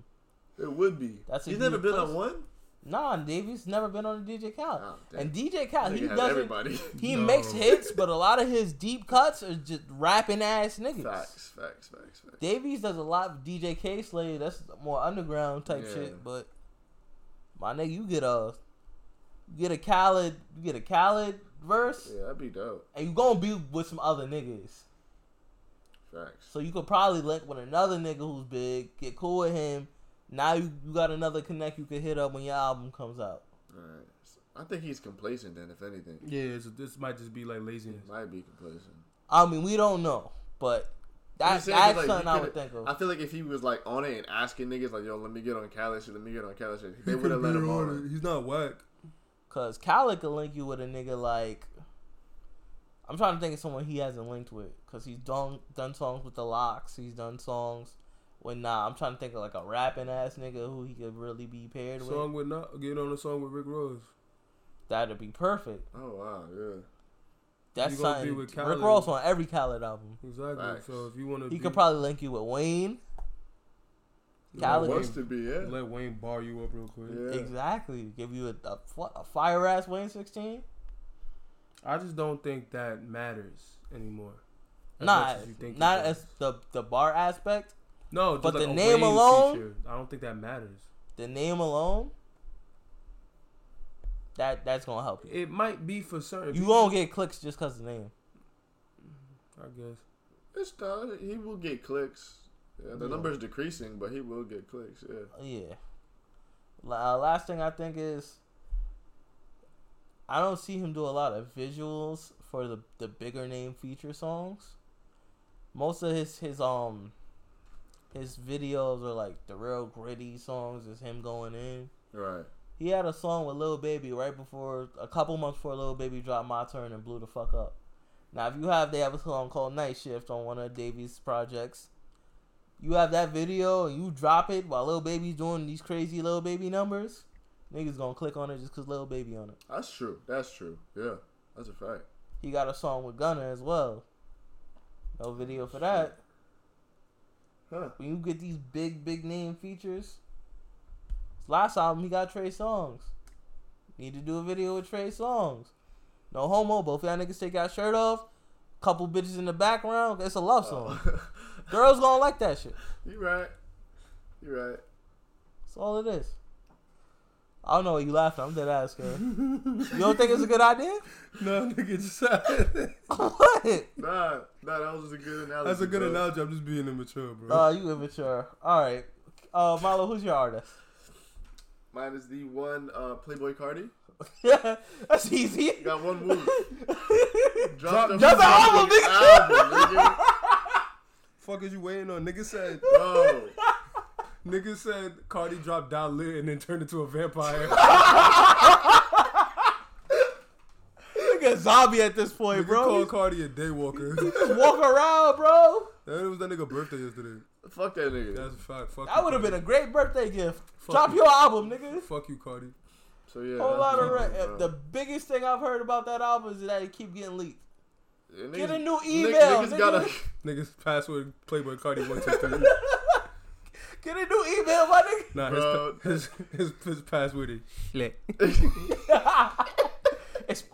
It would be.
That's a
he's never
huge
been
plus.
on one.
Nah, nigga, he's never been on a DJ Khaled.
Oh, damn.
And DJ Khaled, Uh,
Nigga
he
has
doesn't.
everybody.
He
No.
makes hits, but a lot of his deep cuts are just rapping ass niggas.
facts, facts, facts, facts.
Davies does a lot with DJ K Slade. That's more underground type
Yeah.
shit. But my nigga, you get a you get a Khaled, you get a Khaled verse,
Yeah, that'd be dope.
and you gonna be with some other niggas.
Facts.
So you could probably link with another nigga who's big, get cool with him. Now you, you got another connect you could hit up when your album comes out.
All right. I think he's complacent then, if anything.
Yeah, it's, this might just be like
He
laziness.
might be complacent.
I mean, we don't know, but
I'm
that,
just saying, 'cause,
that's
like, he
something I would
could've-
think of.
I feel like if he was like on it and asking niggas like, "Yo, let me get on Khaled shit, let me get on Khaled shit," they would have let him on.
He's not whack.
Cause Khaled could link you with a nigga like. I'm trying to think of someone he hasn't linked with, cause he's done done songs with the Locks. He's done songs with Nah. I'm trying to think of like a rapping ass nigga who he could really be paired with.
Song with not get on a song with Rick Ross.
That'd be perfect.
Oh wow, yeah.
That's
You gonna be
something.
with
Rick
Khaled.
Ross on every Khaled album.
Exactly.
Facts.
So if you want to,
He could probably link you with Wayne. Khaled
Wants
can-
to be yeah.
let Wayne bar you up real quick.
Yeah.
Exactly. Give you a, a, fu- a fire ass Wayne 16?
I just don't think that matters anymore. As
Nah,
much as you think it
not
does.
as the, the bar aspect.
no, just
but
like
the
a
name
Wayne
alone-
feature. I don't think that matters.
The name alone, that that's going to help you.
It might be for certain.
You
people,
won't get clicks just because the name.
I guess.
It's done. He will get clicks. Yeah, the
Yeah.
number's decreasing, but he will get clicks. Yeah.
Yeah. La- uh, last thing I think is I don't see him do a lot of visuals for the the bigger name feature songs. Most of his his um his videos are like the real gritty songs. Is him going in.
Right.
He had a song with Lil Baby right before a couple months before Lil Baby dropped My Turn and blew the fuck up. Now if you have they have a song called Night Shift on one of Davies' projects. You have that video and you drop it while Lil Baby's doing these crazy Lil Baby numbers, niggas gonna click on it just cause Lil Baby on it.
That's true. That's true. Yeah. That's a fact.
He got a song with Gunna as well. No video for that.
Huh.
When you get these big, big name features, his last album he got Trey Songs. Need to do a video with Trey Songs. No homo, both y'all niggas take y'all shirt off. Couple bitches in the background. It's a love
Oh.
song. Girls gonna like that shit.
Uh, you right. You right.
That's all it is. I don't know what you laughing. at. I'm dead ass, girl. you don't think it's a good idea?
No, nigga, just
what?
Nah, nah. That was just a good analogy.
that's a good
bro.
analogy. I'm just being immature, bro.
Uh, you immature. All right. Uh, Milo, who's your artist?
Mine is the one uh, Playboy Cardi.
That's easy.
You got one move.
Drop-
the
drop
the album,
fucking album, nigga.
Fuck is you waiting on? Nigga said.
Bro.
Nigga said Cardi dropped down lit and then turned into a vampire.
Nigga, zombie at this point,
Nigga
bro.
called Cardi a daywalker.
Just walk around, bro.
that was that nigga birthday yesterday.
Fuck that nigga.
That's a fact. Fuck
That would have been a great birthday gift.
Fuck
Drop
you.
your album, nigga.
Fuck you, Cardi.
so yeah.
Whole
that's
lot of
what
re-
I'm doing,
The
bro.
biggest thing I've heard about that album is that it keep getting leaked.
Yeah,
Get
niggas-
a new
nigg-
email,
Niggas
nigga.
gotta.
Niggas password Playboy Cardi one two three.
Get a new email, my nigga.
Nah, his,
Bro.
pa- his, his his password is Schlick.
It's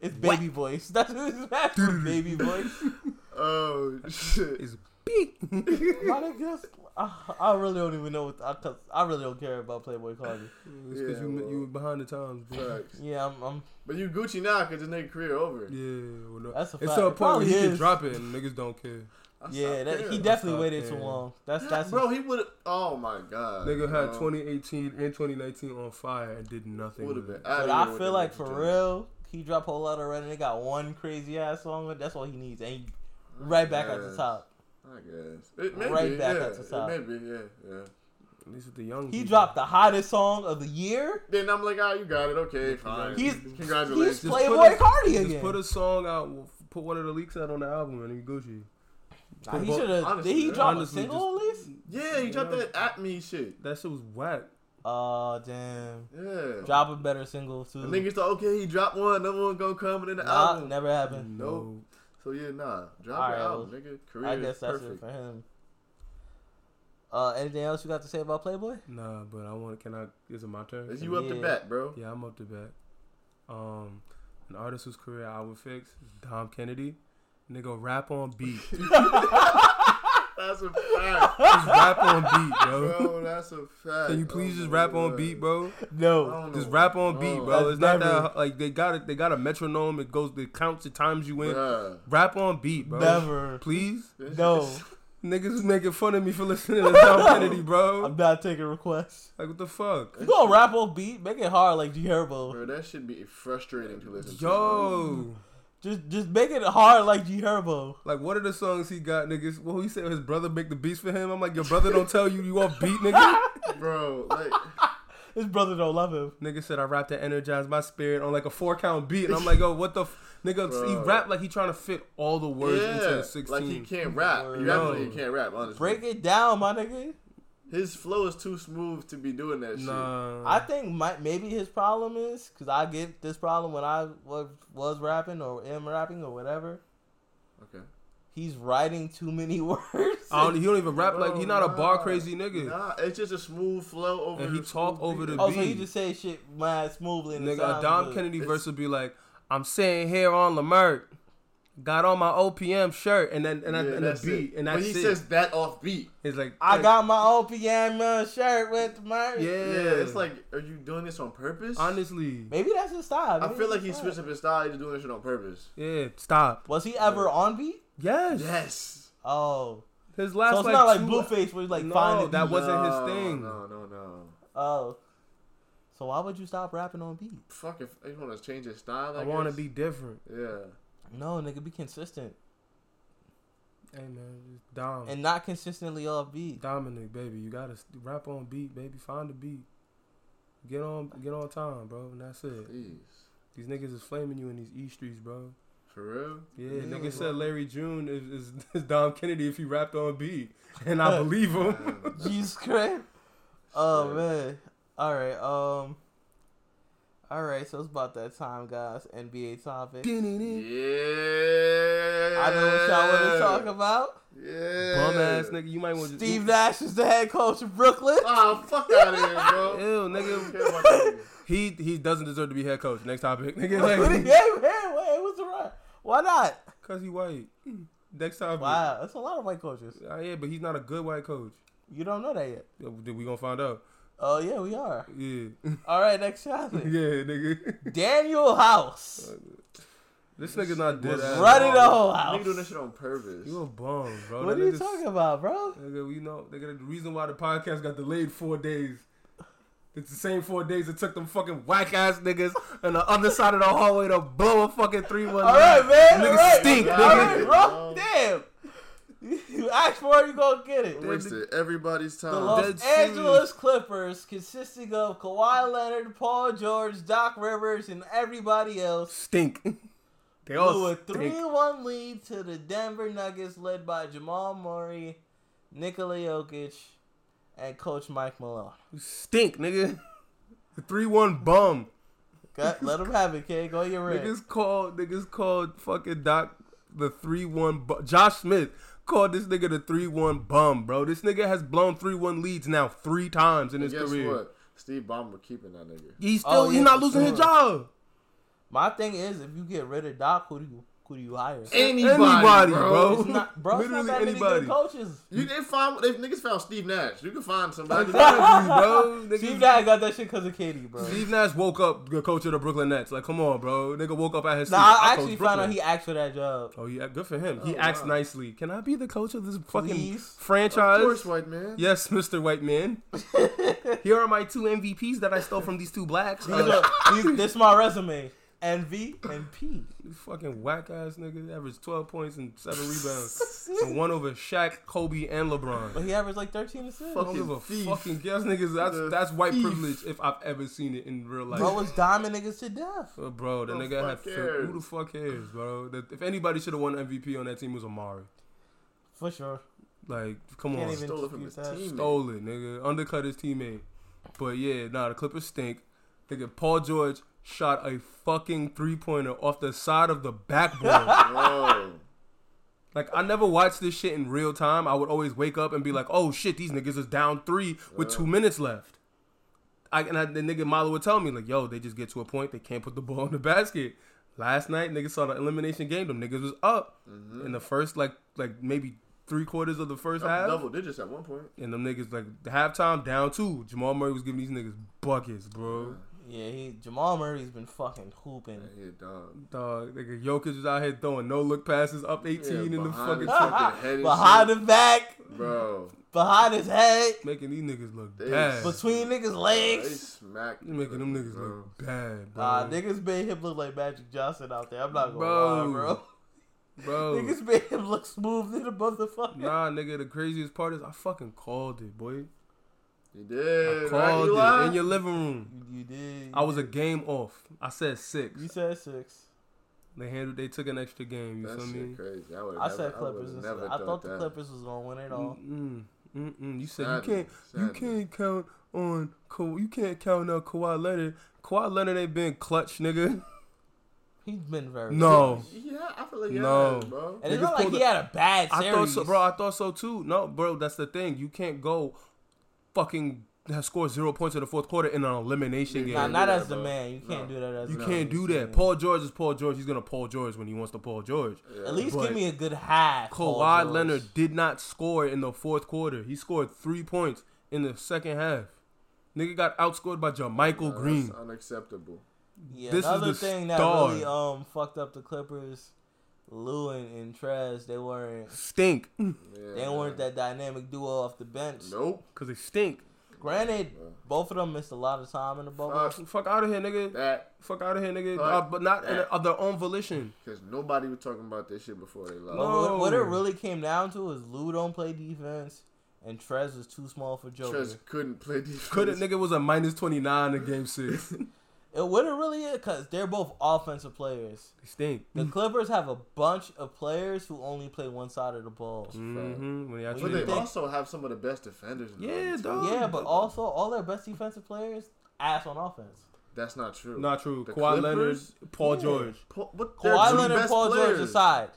it's baby voice. That's what it's back for, baby voice.
Oh shit.
It's big.
My nigga, that's- I, I really don't even know what I, cause I really don't care about Playboy Cardi.
It's because you
well.
you were behind the times, bro.
Facts.
Yeah, I'm, I'm
But you Gucci now because this nigga career over.
Yeah, well, no.
That's a
It's
fact.
to a
It
point where
probably
he can
is.
drop it and niggas don't care.
I stopped
yeah. That, he
caring.
definitely
not
waited
fair.
too long. That's that's
bro, he would have. Oh my god.
Nigga had
bro.
2018 and 2019 on fire and did nothing.
Would have
with
been.
it.
But
outta here
I
with
feel
that
like
nigga
for
too.
real, he dropped whole lot of red and they got one crazy ass song. and That's all he needs, and he right back at the
Yes.
top.
I guess. It may
Right
be,
back
yeah.
at the top.
Maybe, yeah, yeah.
At least with the young.
He
people.
dropped the hottest song of the year.
Then I'm like, ah, you got it. Okay, fine.
He's-
Congratulations.
he's- Playboy
put a-
Cardi
just
again.
put a song out. Put one of the leaks out on the album and then Gucci.
Nah, he
Well,
should have.
honestly,
Did he
yeah.
drop
Honestly,
a single at least?
yeah, he dropped that at me shit.
That shit was whack.
Oh damn!
Yeah.
Drop a better single too.
And niggas thought, okay, he dropped one, another one gonna come, and then the
Nah,
album.
never happened.
No.
So yeah, nah, drop
All right,
your album,
well,
nigga. Career
I guess
is
that's
perfect.
it for him. Uh, anything else you got to say about Playboy?
Nah, but I want. Can I? Is it my turn?
Is you up to
Yeah.
bat, bro?
Yeah, I'm up to bat. Um, an artist whose career I would fix is Dom Kennedy. Nigga, rap on beat.
That's a fact,
just rap on beat, bro.
bro. oh That's a fact.
Can you please just rap on beat, bro?
No.
Just rap on beat, bro.
That's
It's not
never-
that like they got it. They got a metronome. It goes. It counts the times you win.
Bruh.
Rap on beat, bro.
Never.
Please,
This
No.
is-
niggas is making fun of me for listening to Dom Kennedy, bro.
I'm not taking requests.
Like what the fuck?
You gonna rap on beat? Make it hard like G Herbo.
Bro, that should be frustrating to listen to.
Yo,
Just just make it hard like G Herbo.
like what are the songs he got, niggas? Well, he said his brother make the beats for him. I'm like, your brother don't tell you you off beat, nigga.
bro. Like,
His brother don't love him.
Nigga said I rap to energize my spirit on like a four count beat, and I'm like, yo, what the f-? nigga? He
Bro.
rap like he trying to fit all the words into
yeah,
sixteen.
like he can't rap. He
No.
definitely can't rap. Honestly,
Break it down, my nigga.
his flow is too smooth to be doing that shit.
Nah,
I think my, maybe his problem is because I get this problem when I was, was rapping or am rapping or whatever.
Okay.
He's writing too many words.
I don't, he don't even rap like
Bro,
he not a bar
nah.
crazy nigga.
Nah, it's just a smooth flow over.
And he
the
talk
smooth
over
beat.
the
oh, so
beat.
he just say shit mad smoothly. And it
Nigga, a
sounds
Dom
good.
Kennedy
It's-
verse would be like, I'm sitting here on Lamert, got on my OPM shirt, and then and, I,
Yeah,
and a
that's
beat,
it.
and
But
that's
he
it.
says that off beat.
it's like
I got my old piano shirt with my.
yeah,
Yeah, it's like, are you doing this on purpose?
honestly,
Maybe that's his style.
I
Maybe
feel
that's
like
his
he
style.
switched up his style. He's doing this shit on purpose.
yeah, stop.
Was he ever on beat?
Yes,
Yes.
Oh,
his last
so it's
like
not like
two-
Blueface where he's like
No,
finding.
that
beat.
wasn't his
No,
thing.
No, no, no.
Oh, so why would you stop rapping on beat?
Fuck if if you want to change his style. I,
I want to
guess.
be different.
Yeah.
No, nigga, be consistent
Hey man, uh, just Dom,
and not consistently off beat.
Dominic, baby, you gotta s- rap on beat, baby. Find a beat. Get on, get on time, bro, and that's it.
Jeez.
These niggas is flaming you in these E streets, bro.
For real.
Yeah,
Yeah,
nigga
bro.
said Larry June is, is, is Dom Kennedy if he rapped on beat, and I believe him.
Damn.
Jesus Christ. Oh
Shit.
man. All right. Um. All right. So it's about that time, guys. NBA topic.
Bum
Yeah.
I know what y'all want to talk about.
Yeah.
ass nigga, you might want to
Steve Nash is the head coach of Brooklyn.
Oh, fuck out of here, bro.
Ew,
I don't
nigga.
care about that nigga.
He he doesn't deserve to be head coach. Next topic,
Hey, man,
nigga.
wait, what's the right? Why not?
Because he white. Next topic.
Wow, that's a lot of white coaches.
Ah, yeah, but he's not a good white coach.
You don't know that yet.
Yeah, we- We gonna find out.
Oh yeah, we are.
Yeah,
All right, next
yeah,
topic.
nigga.
Daniel House.
This nigga's not dead
Was
ass.
running
wrong.
the whole
Nigga
house.
doing this shit on purpose.
You a bum, bro.
What
That
are you
nigga's-
talking about, bro?
Nigga, we know. Nigga, the reason why the podcast got delayed four days. It's the same four days it took them fucking whack ass niggas on the other side of the hallway to blow a fucking three one.
All right, man.
Niggas
all right.
stink,
all right,
nigga.
bro. Damn. You ask for it, you gonna get it.
Wasted everybody's
The
time.
Los
Dead serious.
Angeles Clippers, consisting of Kawhi Leonard, Paul George, Doc Rivers, and everybody else,
Stink. They
blew
all
a
stink.
3-1 lead to the Denver Nuggets, led by Jamal Murray, Nikola Jokic, and Coach Mike Malone.
You Stink, nigga. The three one bum.
Got, let them have it, kid. Go your ring.
Niggas called niggas called fucking Doc the three one bu- Josh Smith called this nigga the three one bum, bro. This nigga has blown three one leads now three times in
And
his
guess
career.
what? Steve Ballmer keeping that nigga.
He's still
Oh,
he's
yeah,
not
for
losing his
sure.
job.
My thing is, if you get rid of Doc, who do you who do you hire?
Anybody,
Anybody,
bro.
bro.
It's not, bro, it's not
Literally
that many
anybody.
good coaches.
You can find if niggas found Steve Nash. You can find somebody.
Exactly, bro. Nigga,
Steve Nash got that shit because of Katie, bro.
Steve Nash woke up the coach of the Brooklyn Nets. Like, come on, bro. Nigga woke up at his
Nah,
sleep.
I
coach
actually found out
Brooklyn.
he asked for that job.
Oh yeah, good for him. he
Oh,
asked
wow.
nicely. Can I be the coach of this fucking
Please?
franchise?
Of course, white man.
Yes, Mr. White Man. Here are my two MVPs that I stole from these two blacks.
These
Uh,
are, these, this my resume. NV and P.
you fucking whack ass nigga. Averaged 12 points and 7 rebounds. and one over Shaq, Kobe, and LeBron.
But he averaged like 13 assists.
I don't give a
Fucking thief.
fucking guess, niggas.
The
That's, that's white
thief.
privilege if I've ever seen it in real life.
Bro was diamond niggas to death.
Uh, bro, the
Who the
nigga had
fuck
fit.
cares?
Who the fuck cares, bro? That, if anybody should have won MVP on that team it was Amari.
For sure.
Like, come
Can't
on,
even
Stole it from his
dispute that.
team.
stole it, nigga. Undercut his teammate. But yeah, nah, the Clippers stink. Nigga, Paul George shot a fucking three pointer off the side of the backboard.
Bro.
Like I never watched this shit in real time. I would always wake up and be like, "Oh shit, these niggas is down three with two minutes left." I and I, the nigga Milo would tell me like, "Yo, they just get to a point they can't put the ball in the basket." Last night, niggas saw the elimination game. Them niggas was up in the first like like maybe three quarters of the first half,
Mm-hmm. Double digits at one point.
and them niggas like halftime down two. Jamal Murray was giving these niggas buckets, bro.
Yeah, he Jamal Murray's been fucking hooping.
Yeah, dog.
Dog, nigga, Jokic was out here throwing no look passes, up 18
Yeah,
in the fucking
behind the
tw-
head and
behind
shit.
his back,
Bro,
behind his head,
making these niggas look
They-
bad.
But-
between niggas'
they
legs.
smacked.
You're making them niggas
bro.
look bad, bro.
Nah, niggas made him look like Magic Johnson out there. I'm not gonna
Bro.
lie, bro.
bro.
Niggas made him look smooth than a motherfucker.
Nah, nigga, the craziest part is I fucking called it, boy.
You did.
I
right,
called
Eli?
it in your living room.
You, you did.
I was a game off. I said
You
six.
said six.
They handled. They took an extra game. You
That
feel
shit
me?
crazy. I,
I said Clippers. and stuff. I thought the Clippers was gonna win it
Mm.
all.
Mm-mm, mm-mm. mm. You said
Sadly,
you can't. You
sadly.
can't count on. Ka- you can't count on Kawhi Leonard. Kawhi Leonard ain't been clutch, nigga.
He's been very
No.
good.
Yeah, I feel like
No.
no, bro.
And it's
Niggas
not like
pulled
he
a-
had a bad
I
series.
thought so, bro. I thought so too. No, bro, that's the thing. You can't go fucking have scored zero points in the fourth quarter in an elimination
Nah,
Nah,
game.
not
do
as
that,
the
bro.
man. You can't
No.
do that as
You
the
can't do
man.
that. Paul George is Paul George. He's gonna Paul George when he wants to Paul George.
Yeah.
At least
But
give me a good half. Paul
Kawhi
George.
Leonard did not score in the fourth quarter. He scored three points in the second half. Nigga got outscored by Jermichael
Nah,
Green.
That's unacceptable.
Yeah,
This is
another
the
thing
star.
that really um fucked up the Clippers, Lou and, and Trez, they weren't
Stink.
Yeah,
they weren't that dynamic duo off the bench.
Nope.
Cause they stink.
Granted, both of them missed a lot of time in the bubble.
Fuck
Fuck out of here, nigga.
that,
Fuck out of here, nigga.
Fuck
Uh, but not in
that.
of their own volition.
because nobody was talking about this shit before they
But
lost.
No.
what, what it really came down to is Lou don't play defense and Trez was too small for Joker.
Trez couldn't play defense.
Couldn't nigga was a minus twenty nine in game six. they
It what it really is because they're both offensive players.
stink.
The
Mm.
Clippers have a bunch of players who only play one side of the ball.
Mhm,
Mm.
When they
But
But
actually
they
think-
also have some of the best defenders. In the
Yeah,
league, too.
dog.
Yeah, but also all their best defensive players ass on offense.
That's not true.
not true.
The
Kawhi Leonard,
Clippers?
Paul
Yeah.
George.
Paul, but they're
Kawhi
two
Leonard, and
best
Paul
players.
George aside,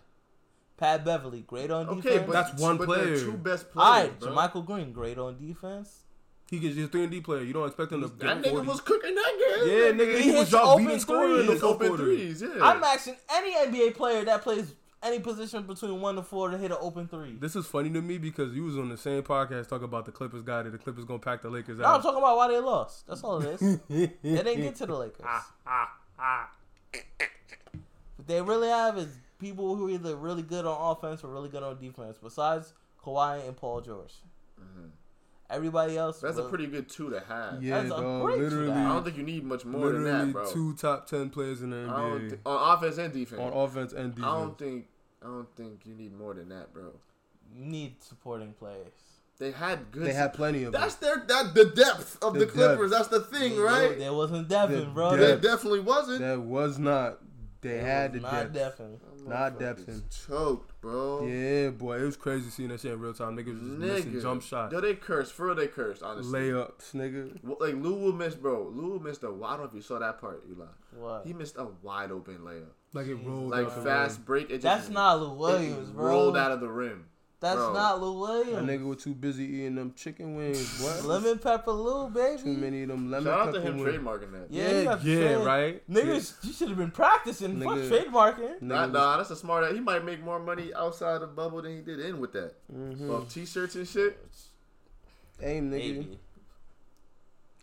Pat Beverly great on defense.
Okay, but
That's one
but they're
player.
Two best
all
players.
right,
bro.
Jermichael Green great on defense.
He gets just three and D player. You don't expect him to
That
get
nigga
40.
was cooking that game.
yeah, nigga,
He
he was
hits
y'all leading
open
scorer in
threes.
the
It's
fourth
open
quarter.
threes. Yeah,
I'm asking any NBA player that plays any position between one to four to hit an open three.
This is funny to me because you was on the same podcast talking about the Clippers guy that the Clippers gonna pack the Lakers
Now I'm
out.
talking about why they lost. That's all it is. they didn't get to the Lakers.
Ah.
Ah,
What they really have is people who are either really good on offense or really good on defense. Besides Kawhi and Paul George, everybody else.
Mm-hmm. that's
really-
a pretty good two to have.
Yeah,
That's a
dog,
great
I
literally,
don't think you need much more than that,
literally
bro.
two top ten players in the
I don't
NBA
thi- on offense and defense.
on offense and
I
defense.
don't think I don't think you need more than that, bro.
You need supporting players.
They had good.
They had plenty of
that's their that the depth of
The
the,
depth.
Clippers. That's the thing, right?
There wasn't Devin,
The
bro.
They
depth.
definitely wasn't.
That was not. They
There
had the
was
depth.
not Devin.
Not
Motherfuckers
depth.
Choked, bro.
Yeah, boy, it was crazy seeing that shit in real time. Niggas was just missing
Nigga.
jump shots,
Yo, they cursed. For real, they cursed. Honestly.
layups, nigga.
Well, Like Lou will miss, bro. Lou will miss the. I don't know if you saw that part, Eli.
What?
He missed a wide open layup,
Like it rolled
like
out the
fast break. It just
That's not Lou
it
Williams, bro.
Rolled out of the rim.
That's
bro.
not Lou
That
Williams.
nigga was too busy eating them chicken wings. What?
Lemon pepper Lou, baby.
Too many of them lemon
Shout out
pepper
to him
wings.
trademarking that.
Yeah, you
Yeah,
got
yeah,
trade-
right.
Niggas, you should have been practicing. Fuck
Nigga.
trademarking.
Nah,
Nigga was-
nah, that's a smart. He might make more money outside the bubble than he did in with that.
Mm-hmm.
Mm-hmm.
Off t-shirts and shit.
aim, nigga.
Maybe.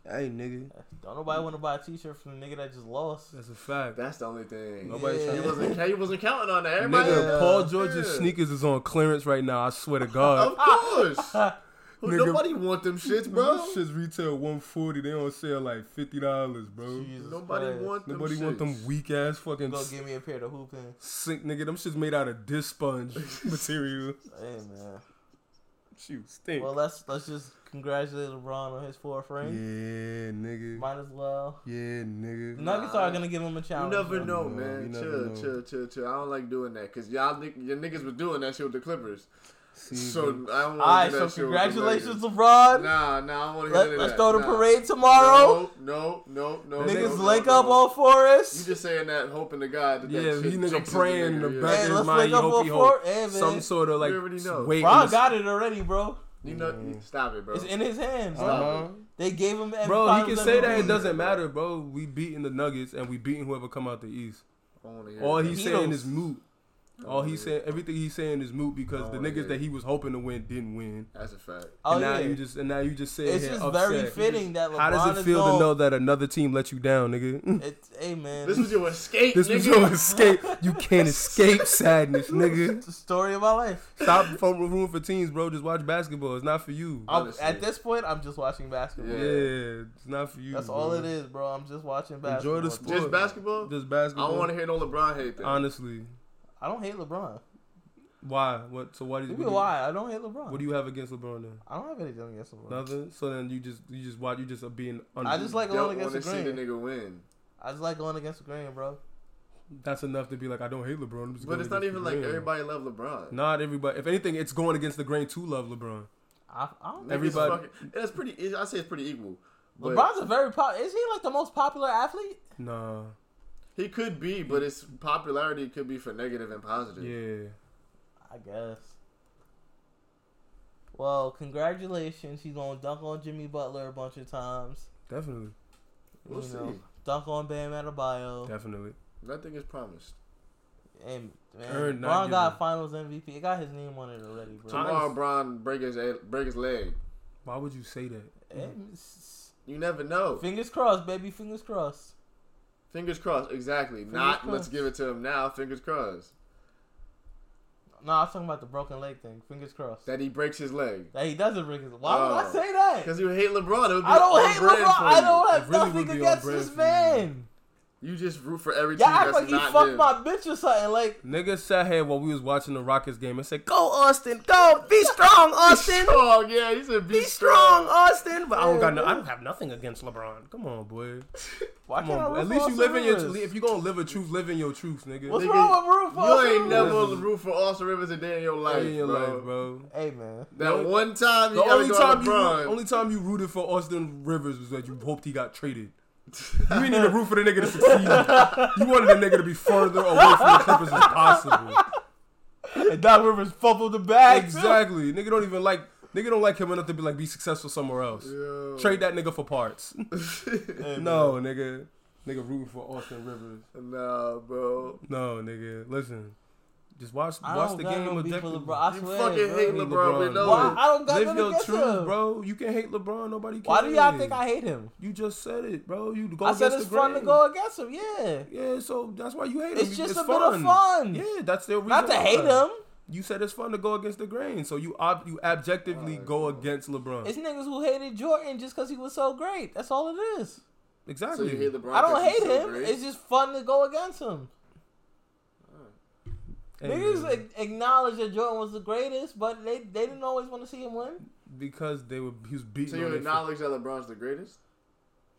Hey, nigga.
Don't nobody want to buy a T-shirt from the nigga that just lost.
That's a fact.
That's the only thing.
Nobody
he
tryna-
wasn't. He wasn't counting on that. Everybody. uh,
Nigga,
Yeah.
Paul George's
Yeah.
sneakers is on clearance right now. I swear to God.
Of course. Who-
Nigga.
Nobody want them shits, bro.
These shits retail one forty. They on sale like fifty dollars, bro.
Jesus
Nobody
Christ.
want them.
Nobody want them
shits.
weak ass fucking
Go
s-
give me a pair of hooping.
sink, nigga. Them shits made out of dish sponge material.
Hey man.
Shoot, stink.
Well, let's let's just congratulate LeBron on his fourth
Yeah,
ring.
nigga.
Might as well.
Yeah, nigga.
The Nuggets are gonna give him a
You
challenge.
never
bro.
know,
No,
man.
you never
chill,
know.
chill, chill, chill. I don't like doing that because y'all, ni- your niggas was doing that shit with the Clippers. So I don't want to
All right, so
hear that shit with them
congratulations,
niggas.
LeBron.
Nah, nah, I don't want to hear none
Let,
of
let's
that.
go to
Nah.
parade tomorrow.
No, no, no. no
Niggas
no,
link
no,
up oh.
no.
on
You
Forrest.
just saying that, hoping to God that
Yeah,
that shit
you nigga
jinxes the
praying in the
nigga,
back.
Hey,
in
let's
mind,
link
you
up
hope
on
he hold
Forrest. Hey,
Some
man.
sort of like
You already know.
weight. in
Bron
the-
got it already, bro.
Yeah. You know, you- stop it, bro.
It's in his hands, bro.
Uh-huh.
They gave him. every
Bro, he
final
can
level
say that it
reason.
doesn't matter, bro. We beating the Nuggets and we beating whoever come out the East.
I don't wanna hear
All
that.
he's
Beatles.
saying is moot. All he's
Yeah.
saying, everything he's saying is moot because the
Oh, yeah.
niggas that he was hoping to win didn't win.
That's a fact.
Oh
and now
yeah.
you just and now you just say
it's just very fitting that LeBron
How does it
is
feel
going,
to know that another team let you down, nigga?
It's, hey man,
This was your escape,
this
nigga.
was your escape. You can't escape sadness, nigga.
it's the story of my life.
Stop from room for teams, bro. Just watch basketball. It's not for you.
I'm-
Honestly.
at this point, I'm just watching basketball.
Yeah,
Yeah.
it's not for you.
That's
bro.
all it is, bro. I'm just watching basketball.
Enjoy the
dude.
sport.
Just basketball?
Just
I
basketball.
don't want to hear no LeBron hate that.
Honestly,
I don't hate LeBron.
why? What? So why did
Give
you?
me why. I don't hate LeBron.
What do you have against LeBron then?
I don't have anything against LeBron.
Nothing. So then you just you just watch you just are being. Un-
I just like
don't
going
want
against the
to see the
grain.
nigga win.
I just like going against the grain, bro.
that's enough to be like I don't hate LeBron. I'm just
But
going
it's not
against
even
the
like
grain.
everybody love LeBron.
Not everybody. If anything, it's going against the grain to love LeBron.
I, I don't
Niggas
think
Everybody-
fucking- That's pretty. I say it's pretty equal. But
LeBron's a very pop. Is he like the most popular athlete?
Nah.
He could be, but his popularity could be for negative and positive.
Yeah.
I guess. Well, congratulations. He's gonna dunk on Jimmy Butler a bunch of times.
Definitely.
We'll
you
see.
know, dunk on Bam Adebayo.
Definitely.
Nothing is promised.
And man,
Earned, not
Bron got
given.
Finals MVP. It got his name on it already, bro.
Tom-
Tomorrow,
Honest-
Bron break his break his leg.
Why would you say that?
And s-
You never know.
Fingers crossed, baby. Fingers crossed.
Fingers crossed. Exactly. Not let's
crossed.
give it to him now. Fingers crossed
No, I was talking about the broken leg thing. Fingers crossed. That,
that he breaks his leg.
he doesn't break his. Why would I
Oh.
say that?
Because you hate LeBron. It would be
I don't
on
hate
brand
LeBron.
for
I
you.
don't have
It really would
nothing
be on
against
brand
this
for you.
man.
You just root for every
Y'all
team
act
that's
like he
not
fucked
them.
my bitch or something. Like
Niggas sat here while we was watching the Rockets game and said, "Go Austin, go, be strong, Austin,
strong. Yeah, he said be,
be strong, Austin." But I don't got no, I don't have nothing against LeBron. Come on, boy.
why
Come
can't I
on, boy.
root
At
for
least you
Austin
live in your.
Rivers?
If you gonna live a truth, live in your truth, nigga.
What's
Live
Nigga,
wrong with rooting for
You
Austin
ain't
Rivers?
never gonna root for Austin Rivers a day in your life,
in your
bro.
life, bro.
Hey man,
That one time you
The only time, you,
LeBron.
only time you rooted for Austin Rivers was that you hoped he got traded. You didn't even root for the nigga to succeed. You wanted the nigga to be further away from the Clippers as possible.
and Doc Rivers fumbled the bag.
Exactly. Nigga don't even like nigga don't like him enough to be like be successful somewhere else.
Yo.
Trade that nigga for parts.
Hey, man.
no, nigga. Nigga rooting for Austin Rivers.
Nah, bro.
No, nigga. Listen. Just watch
I
watch
don't
the
got
game
no
of
beef with
Declan.
LeBron. I
You
swear,
fucking
bro.
hate LeBron. we know
Why?
it.
I don't got
Live
nothing
your
against
truth,
him.
bro. You can hate LeBron. Nobody can.
Why do y'all think I hate him?
You just said it, bro. You go
I said
against
it's
the
fun to
grain.
go against him. Yeah,
Yeah, so that's why you hate him.
it's
You-
just a bit of fun.
Yeah, that's their reason.
Not to
why.
hate him.
You said it's fun to go against the grain, so you ob- you objectively go against LeBron.
It's niggas who hated Jordan just because he was so great. That's all it is.
So
exactly.
you hate LeBron?
I don't
'cause he's
hate
so
him.
great?
It's just fun to go against him.
Hey,
Niggas
man,
a- acknowledge that Jordan was the greatest, but they, they didn't always want to see him win.
because they were he was
so
beating.
you
on their
acknowledge that LeBron's the greatest?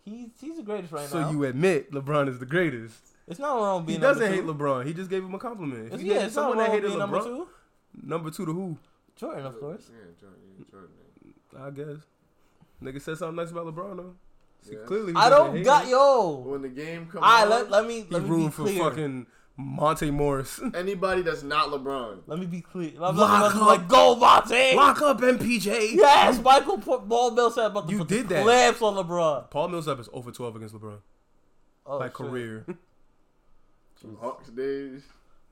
He's he's the greatest right
so
now.
you admit LeBron is the greatest.
it's not wrong
He
being
doesn't
number
hate
two.
LeBron. He just gave him a compliment. If
It's,
you
yeah,
gave
it's not
someone
wrong
that hated
being number
LeBron,
two.
number two to who?
Jordan, of course.
Yeah, Jordan. yeah, Jordan.
I guess. Nigga said something nice about LeBron though. See,
Yeah.
Clearly, he
I
doesn't
don't
hate
got
him.
yo.
When the game comes
All right,
on,
let, let me
He
let me be
rooting for
clear.
fucking Monte Morris.
anybody that's not LeBron,
Let me be clear. I'm
Lock
not
up.
like go Monte.
Lock up MPJ.
Yes, Michael P- Ball Bill said about the,
You
put the
did that.
clamps on LeBron.
Paul Millsap is over 12 against LeBron
Oh,
by
shit.
career.
from Hawks days.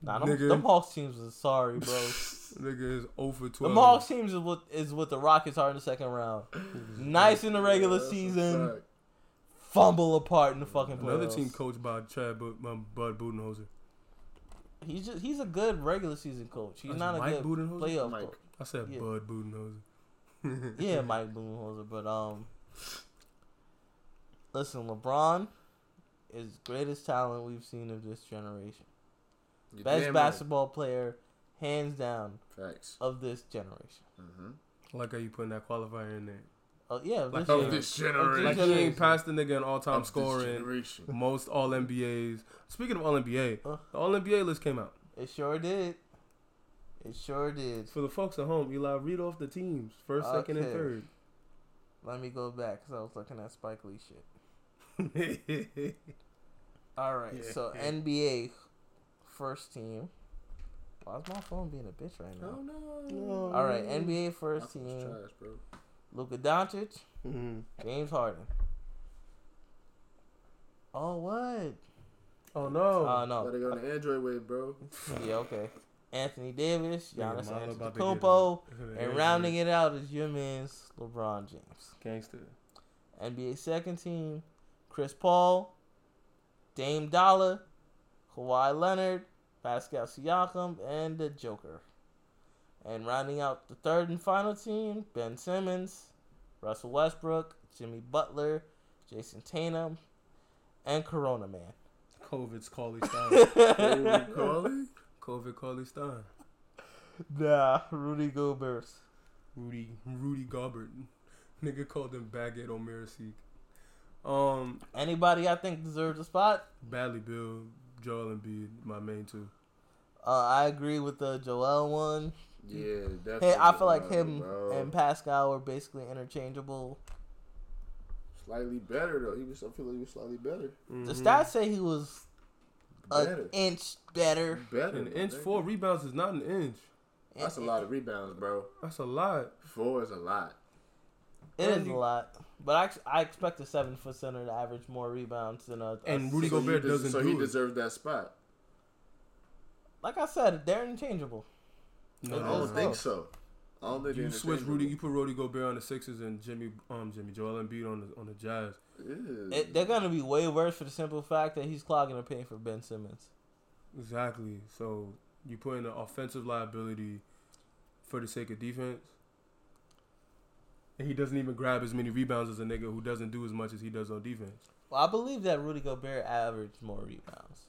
Nah, them,
Nigga.
them Hawks teams is sorry, bro.
Nigga is oh over 12.
The Hawks teams is what is what the Rockets are in the second round. Nice in the regular
That's a
season,
fact.
fumble apart in the fucking playoffs.
Another team coached by Chad Bu- um, Bud Budenholzer.
He's just he's a good regular season coach. He's
That's
not a
Mike
good
Budenholzer?
playoff
Mike.
coach.
I said
Yeah.
Bud Budenholzer.
Yeah, Mike Budenholzer, but um, listen, LeBron is greatest talent we've seen of this generation.
You're
Best
damn right.
basketball player, hands down,
Facts. Mm-hmm.
of this generation.
Like how you putting that qualifier in there.
Oh yeah, of
Like
this
of
year.
Of this
This
generation.
Like he
generation.
ain't passed the nigga in all
Of
time
this
scoring.
generation.
Most All NBAs. Speaking of All NBA,
Huh?
the All NBA list came out.
It sure did. It sure did.
For the folks at home, Eli, read off the teams first, second, and
Okay.
third.
Let me go back because I was looking at Spike Lee shit. All right, so NBA first team. Why is my phone being a bitch right now?
no.
All right, NBA
That's
first
trash,
team.
bro.
Luka Doncic,
Mm-hmm.
James Harden. Oh what?
oh no!
Oh uh,
Gotta go
no.
on the Android way, bro.
yeah, okay. Anthony Davis, Giannis
Milo about to get
Antetokounmpo,
Yeah,
and rounding it out is your man's LeBron James.
gangster.
NBA second team, Chris Paul, Dame Dollar, Kawhi Leonard, Pascal Siakam, and the Joker. And rounding out the third and final team, Ben Simmons, Russell Westbrook, Jimmy Butler, Jason Tatum, and Corona Man.
COVID's Carly Stein.
Holy Carly?
COVID Carly Stein.
Nah, Rudy Gobert.
Rudy Rudy Gobert. Nigga called him Baguette on Mercy. Um,
Anybody I think deserves a spot?
Bradley Bill, Joel Embiid, my main two.
Uh, I agree with the Joel one.
Yeah, definitely.
Hey, I feel like
bro,
him
bro.
and Pascal were basically interchangeable.
slightly better though. He was. I feel like he was slightly better.
The
Mhm.
stats say he was an
Better.
inch better.
Better.
An
my
inch,
nigga.
four rebounds is not an inch.
That's a lot of rebounds, bro.
That's a lot.
Four is a lot.
It is a
Rudy-
lot, but I, ex- I expect a seven foot center to average more rebounds than a. a
And Rudy
six-
so he
Gobert
des-
doesn't
So
do
he
it.
deserves that spot.
like I said, they're interchangeable.
No,
It
I
no,
don't
does.
no.
think so. I don't think
You
they're
switch Rudy. You
interchangeable.
put Rudy Gobert on the Sixers and Jimmy, um, Jimmy Joel Embiid on the on the Jazz.
Ew.
It, they're gonna be way worse for the simple fact that he's clogging the paint for Ben Simmons.
Exactly. So you put in an offensive liability for the sake of defense. And he doesn't even grab as many rebounds as a nigga who doesn't do as much as he does on defense.
Well, I believe that Rudy Gobert averaged more rebounds.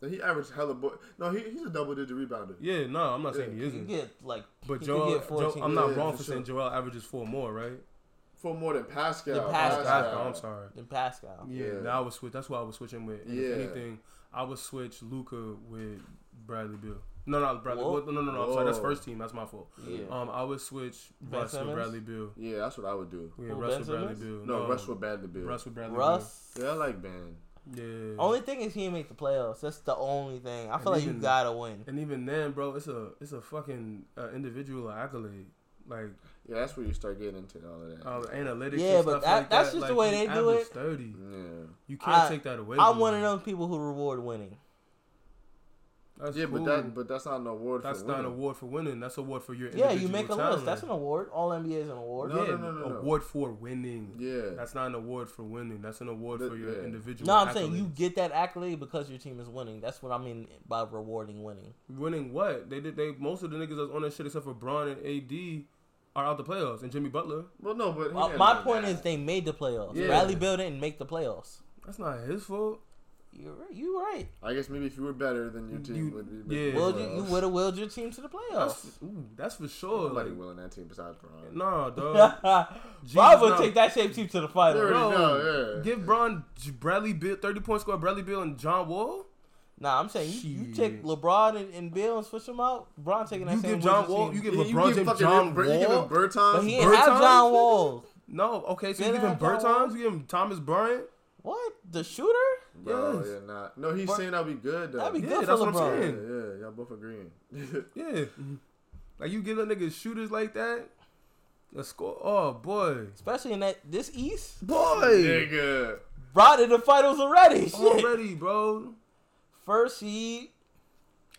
He averaged hella boy. No, he, he's a double digit rebounder.
Yeah, no, I'm not saying he
You
isn't.
get like,
But
you
Joel,
get
Joel-
14.
I'm not
Yeah,
wrong
for
for saying Joel averages four more, right?
For more than Pascal.
Than Pascal.
Pascal,
Pascal.
I'm sorry.
than Pascal.
Yeah,
Yeah.
that I would switch. That's why I was switching with. And
Yeah.
If anything, I would switch Luca with Bradley Bill. No, not Bradley.
Whoa.
Well, no, no, no. I'm sorry. That's
Whoa.
first team. That's my fault.
Yeah.
Um, I would switch
Ben
Russ with
Simmons?
Bradley Bill.
Yeah, that's what I would do.
Yeah,
Who,
Russ
Ben
with Bradley
Simmons?
Bill.
No, Russ with Bradley Bill.
Russ with Bradley Bill.
Russ.
Yeah, I like Ben.
Yeah.
Only thing is he didn't make the playoffs. That's the only thing. I feel
And
like you
even-
gotta win.
and even then, bro, it's a it's a fucking uh, individual accolade. Like
Yeah, that's where you start getting into all of that.
uh, analytics.
Yeah,
and
but
stuff
that-
like
that's
that.
just
like,
the way
you
they do
average
it.
Thirty.
yeah.
You can't
I-
take that away.
I'm
from
one of
them.
those people who reward winning.
That's
Yeah,
cool.
but that but that's not an award
that's
for
not an
winning.
award for winning. That's an award for your.
Yeah, you
individual
make a
talent.
list. That's an award. All NBA is an award.
No,
yeah,
no, no, no, no.
award for winning.
Yeah.
That's not an award for winning. That's an award
But-
for your
yeah.
individual.
No, I'm saying you
accolades.
get that accolade because your team is winning. That's what I mean by rewarding winning.
winning what they did. They most of the niggas that's on that shit except for Braun and AD are out the playoffs and Jimmy Butler.
Well, no, but he
Uh,
had
my
none of
point
that.
is they made the playoffs.
Yeah.
Bradley Bill didn't make the playoffs.
That's not his fault.
You're right. You're right.
I guess maybe if you were better, then your team
You-
would be.
yeah.
Willed you, you would have willed your team to the
That's,
playoffs.
ooh, that's for sure.
Nobody
Like,
willing that team besides Bron.
nah, dog.
Bob would
no.
take that shape team to the
They already
final.
know, yeah.
Give Braun J- Bradley Bill thirty point score. Bradley Bill and John Wall.
Nah, I'm saying you, you
Shit.
take LeBron and, and Bill and switch them out. LeBron taking that
You
same
give John
Wizards
Wall.
team.
You give
Yeah, you
LeBron
give
James
fucking
John
Bur- you give him
Wall.
Bertans,
But he didn't
Bird
have
Thomas,
John
nigga?
Wall.
No, okay. So
They
you give
didn't
him
have John Wall.
Bertans. You give him Thomas Bryant.
What? The shooter?
Bro,
Yes.
yeah, nah. No, he's
But-
saying that'd be good though.
That'd be
Yeah,
good for
that's what I'm
LeBron.
saying.
yeah,
good.
yeah, y'all both agreeing.
Yeah.
Mm-hmm.
Like you give a nigga shooters like that, a score. Oh boy,
Especially in that this East.
boy,
Nigga.
Brought in the finals already. Shit.
already, bro.
First seed.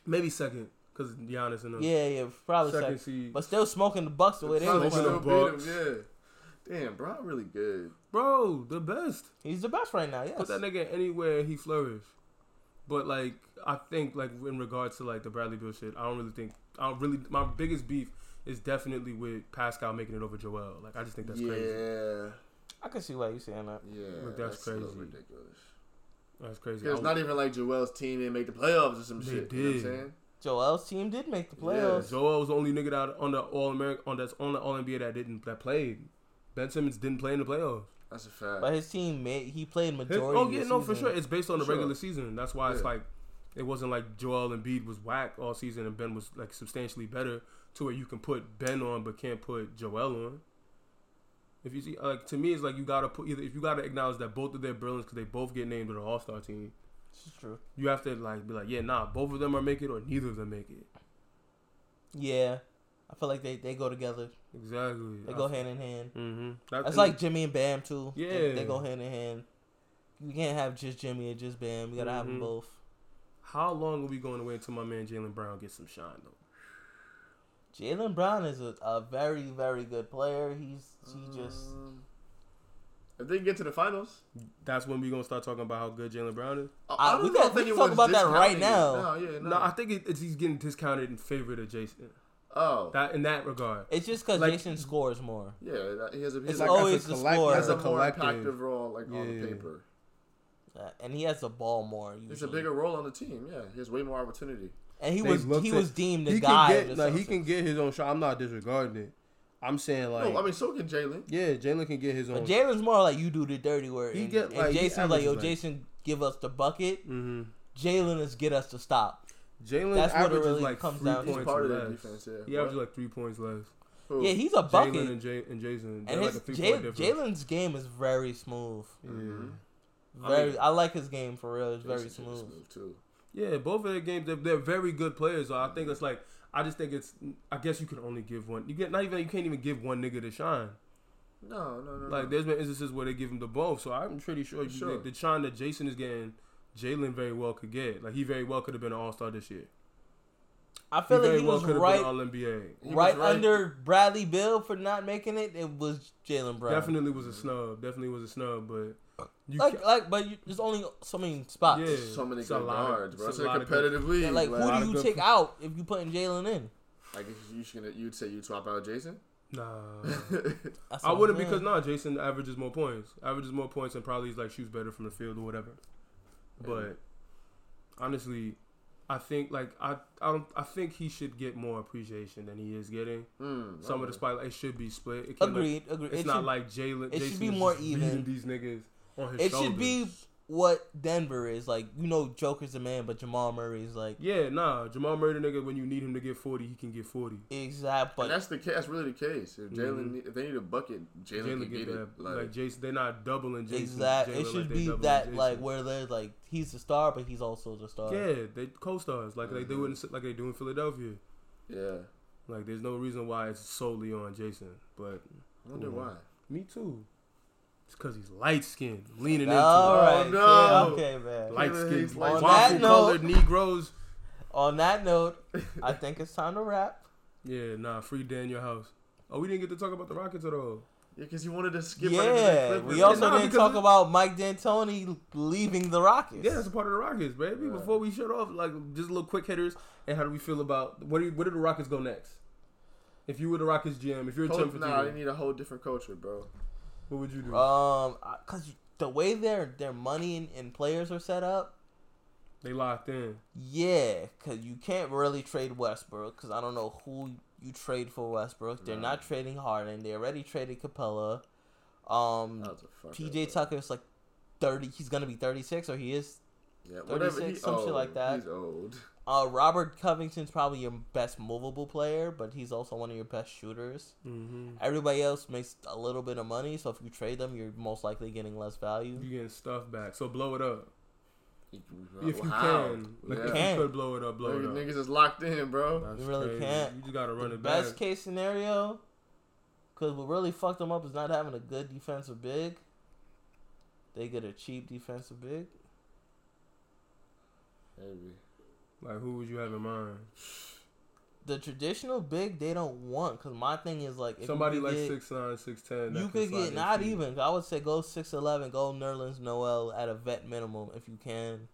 Maybe second, cause Giannis and them.
Yeah, yeah, probably
second
second.
seed,
But still smoking the Bucks the way they were
Probably
Smoking
playing.
still
the
beat him, yeah. Damn, Bron really good.
bro. The best.
He's the best right now. Yes.
Put that nigga anywhere he flourish. But like, I think like in regards to like the Bradley Bill shit, I don't really think I don't really. My biggest beef is definitely with Pascal making it over Joel. Like I just think that's
yeah,
crazy.
I can see why you saying that.
yeah.
Look,
that's,
that's
a little
crazy.
ridiculous.
That's crazy.
Because it's not even like Joel's team didn't make the playoffs or some
They
shit. You know what I'm
did.
saying?
Joel's team did make the playoffs.
Joel was the only nigga that on the All American on that's on the All NBA that didn't that played. Ben Simmons didn't play in the playoffs.
That's a fact.
But his team made he played
His-
majority.
oh
of
yeah,
the
no for
season.
sure. It's based on
For
the regular
sure.
season. That's why it's
Yeah.
like It wasn't like Joel Embiid was whack all season and Ben was like substantially better to where you can put Ben on but can't put Joel on. If you see, like to me, it's like you gotta put either if you gotta acknowledge that both of their brilliance because they both get named to the All Star team.
It's true.
You have to like be like, yeah, nah, both of them are make it or neither of them make it.
Yeah, I feel like they, they go together.
Exactly.
They go hand in hand.
Mm-hmm.
That's like Jimmy and Bam too.
Yeah.
they, they go hand in hand. You can't have just Jimmy and just Bam. You gotta have them
Mhm.
both.
How long are we going to wait until my man Jalen Brown gets some shine though?
Jalen Brown is a, a very very good player. He's he just
Um, if they get to the finals,
That's when we gonna start talking about how good Jalen Brown is.
I,
Ah,
I don't
we
know
got-
if
we can
anyone's
talk about that right
discounting
now.
it. No, yeah, no.
No, I think it, it's, he's getting discounted in favor of Jason.
oh,
That in that regard.
it's just because
Like-
mm-hmm.
Jason scores more.
yeah. That, he has a, he
It's
has a,
always the score.
he has a
as a
more
collective.
impactful role, like on
Yeah.
the paper.
Uh, and he has the ball more. Usually.
It's a bigger role on the team. Yeah, he has way more opportunity.
And he
They
was
looked
he
at-
was deemed the
He
guy.
can
of
get
the
like he
Celtics.
can get his own shot. I'm not disregarding it. I'm saying like
no, I mean so can Jalen.
yeah, Jalen can get his
But
own.
Jalen's more like you do the dirty work.
He
and,
get,
and
like, he
Jason's like yo,
averages, like-
Jason, give us the bucket.
Mm-hmm.
Jalen is get us to stop.
Jalen
That's what it
averages
really
like
comes
three
down to.
He's
points
part of
less.
the defense. Yeah,
He averages like three points less.
Who?
Yeah, he's a bucket.
Jalen and, Jay- and Jason, they're
and
like
his
a three point
Jalen,
difference.
Jalen's game is very smooth.
Mm-hmm.
Mhm.
Very, I, like his game for real. It's very
Jason's
smooth.
too.
Yeah, both of their games, they're, they're very good players. So I think it's like, I just think it's, I guess you can only give one. You get not even, you can't even give one nigga to shine.
No, no, no.
Like
no.
there's been instances where they give him the both. So I'm pretty sure, you,
Sure.
The, the shine that Jason is getting, Jalen very well could get. Like he very well could have been an All Star this year.
I feel
he
like
very
he
well
was
could have
right,
been All NBA.
He was
right,
right.
under Bradley Bill for not making it. It was Jalen Brown.
Definitely was a snub. Definitely was a snub. But you
like,
can't-
like, but you, there's only so many spots.
Yeah.
so many
it's a
good
lot of-
guards, bro.
it's
It's
a
a
lot of
competitive league.
Like,
like,
who
lot
do
of
you
good
take
pl-
out if you putting Jalen in?
I guess you should, you'd say you swap out Jason.
nah.
That's
I
what I'm
wouldn't
saying.
because nah, Jason averages more points. Averages more points and probably like shoots better from the field or whatever. But honestly, I think like I I don't I think he should get more appreciation than he is getting.
Mm,
Some of the
okay.
spotlight it should be split. It can't, like-
Agreed, agreed.
it's
It
not
should-
like Jalen.
it should
Jason
be
is
more
just beating
even.
These niggas on his
it
shoulders.
should be what Denver is like. You know, Joker's the man, but Jamal Murray is like
Yeah, nah. Jamal Murray, the nigga, when you need him to get forty, he can get forty.
exact.
And
But
that's the ca- that's really the case. If Jalen,
Mhm.
need if they need a bucket, Jalen
Jalen get
can get it.
that. Like,
Like,
Jason, they're not doubling Jason.
exact,
Jalen
it
like
should
they
be
doubling
that
Jason.
like where they're like he's the star, but he's also the star.
Yeah, they co-stars like they
Mhm.
do in like they do in Philadelphia.
yeah.
Like, there's no reason why it's solely on Jason, but
I wonder
Mhm.
why.
me too. It's because he's light skinned, leaning Oh,
All right.
no.
yeah, okay, man.
into light skinned,
He's light-
On
waffle
that
colored Negroes.
On that note, I think it's time to wrap.
Yeah, nah, free Daniel House. Oh, we didn't get to talk about the Rockets at all.
Yeah, because you wanted to skip. right into the
yeah,
Clippers.
we also
Nah,
didn't
because
talk
it-
about Mike D'Antoni leaving the Rockets.
Yeah, that's a part of the Rockets, baby.
Right.
Before we shut off, like just little quick hitters. And how do we feel about what? Do you, where do the Rockets go next? If you were the Rockets GM, if you're
Cult-
Tim for
nah, they
three,
need a whole different culture, bro.
what would you do?
Um, I- cause the way their their money and, and players are set up,
they locked in.
yeah, cause you can't really trade Westbrook, cause I don't know who you trade for Westbrook. They're
Right.
not trading Harden. They already traded Capella. Um,
That was a fuck up,
PJ
bro.
Tucker's like thirty. He's gonna be thirty six, or he is.
Yeah, whatever. He
36, some shit
old.
like that.
He's old.
Uh, Robert Covington's probably your best movable player, but he's also one of your best shooters.
Mm-hmm.
Everybody else makes a little bit of money, so if you trade them, you're most likely getting less value.
You getting stuff back, so blow it up
Uh,
if you
Wow.
can. Like
yeah.
if
Can.
you could blow it up, blow
Niggas-
it up.
Niggas is locked in, bro.
That's
You really can't.
You just gotta run
the
it back.
best case scenario, because what really fucked them up is not having a good defensive big. They get a cheap defensive big.
Maybe.
Like who would you have in mind?
The traditional big they don't want because my thing is like if
Somebody
you could
like
get,
six nine, six ten.
you could get not even. I would say go six eleven, go Nerlens Noel at a vet minimum if you can.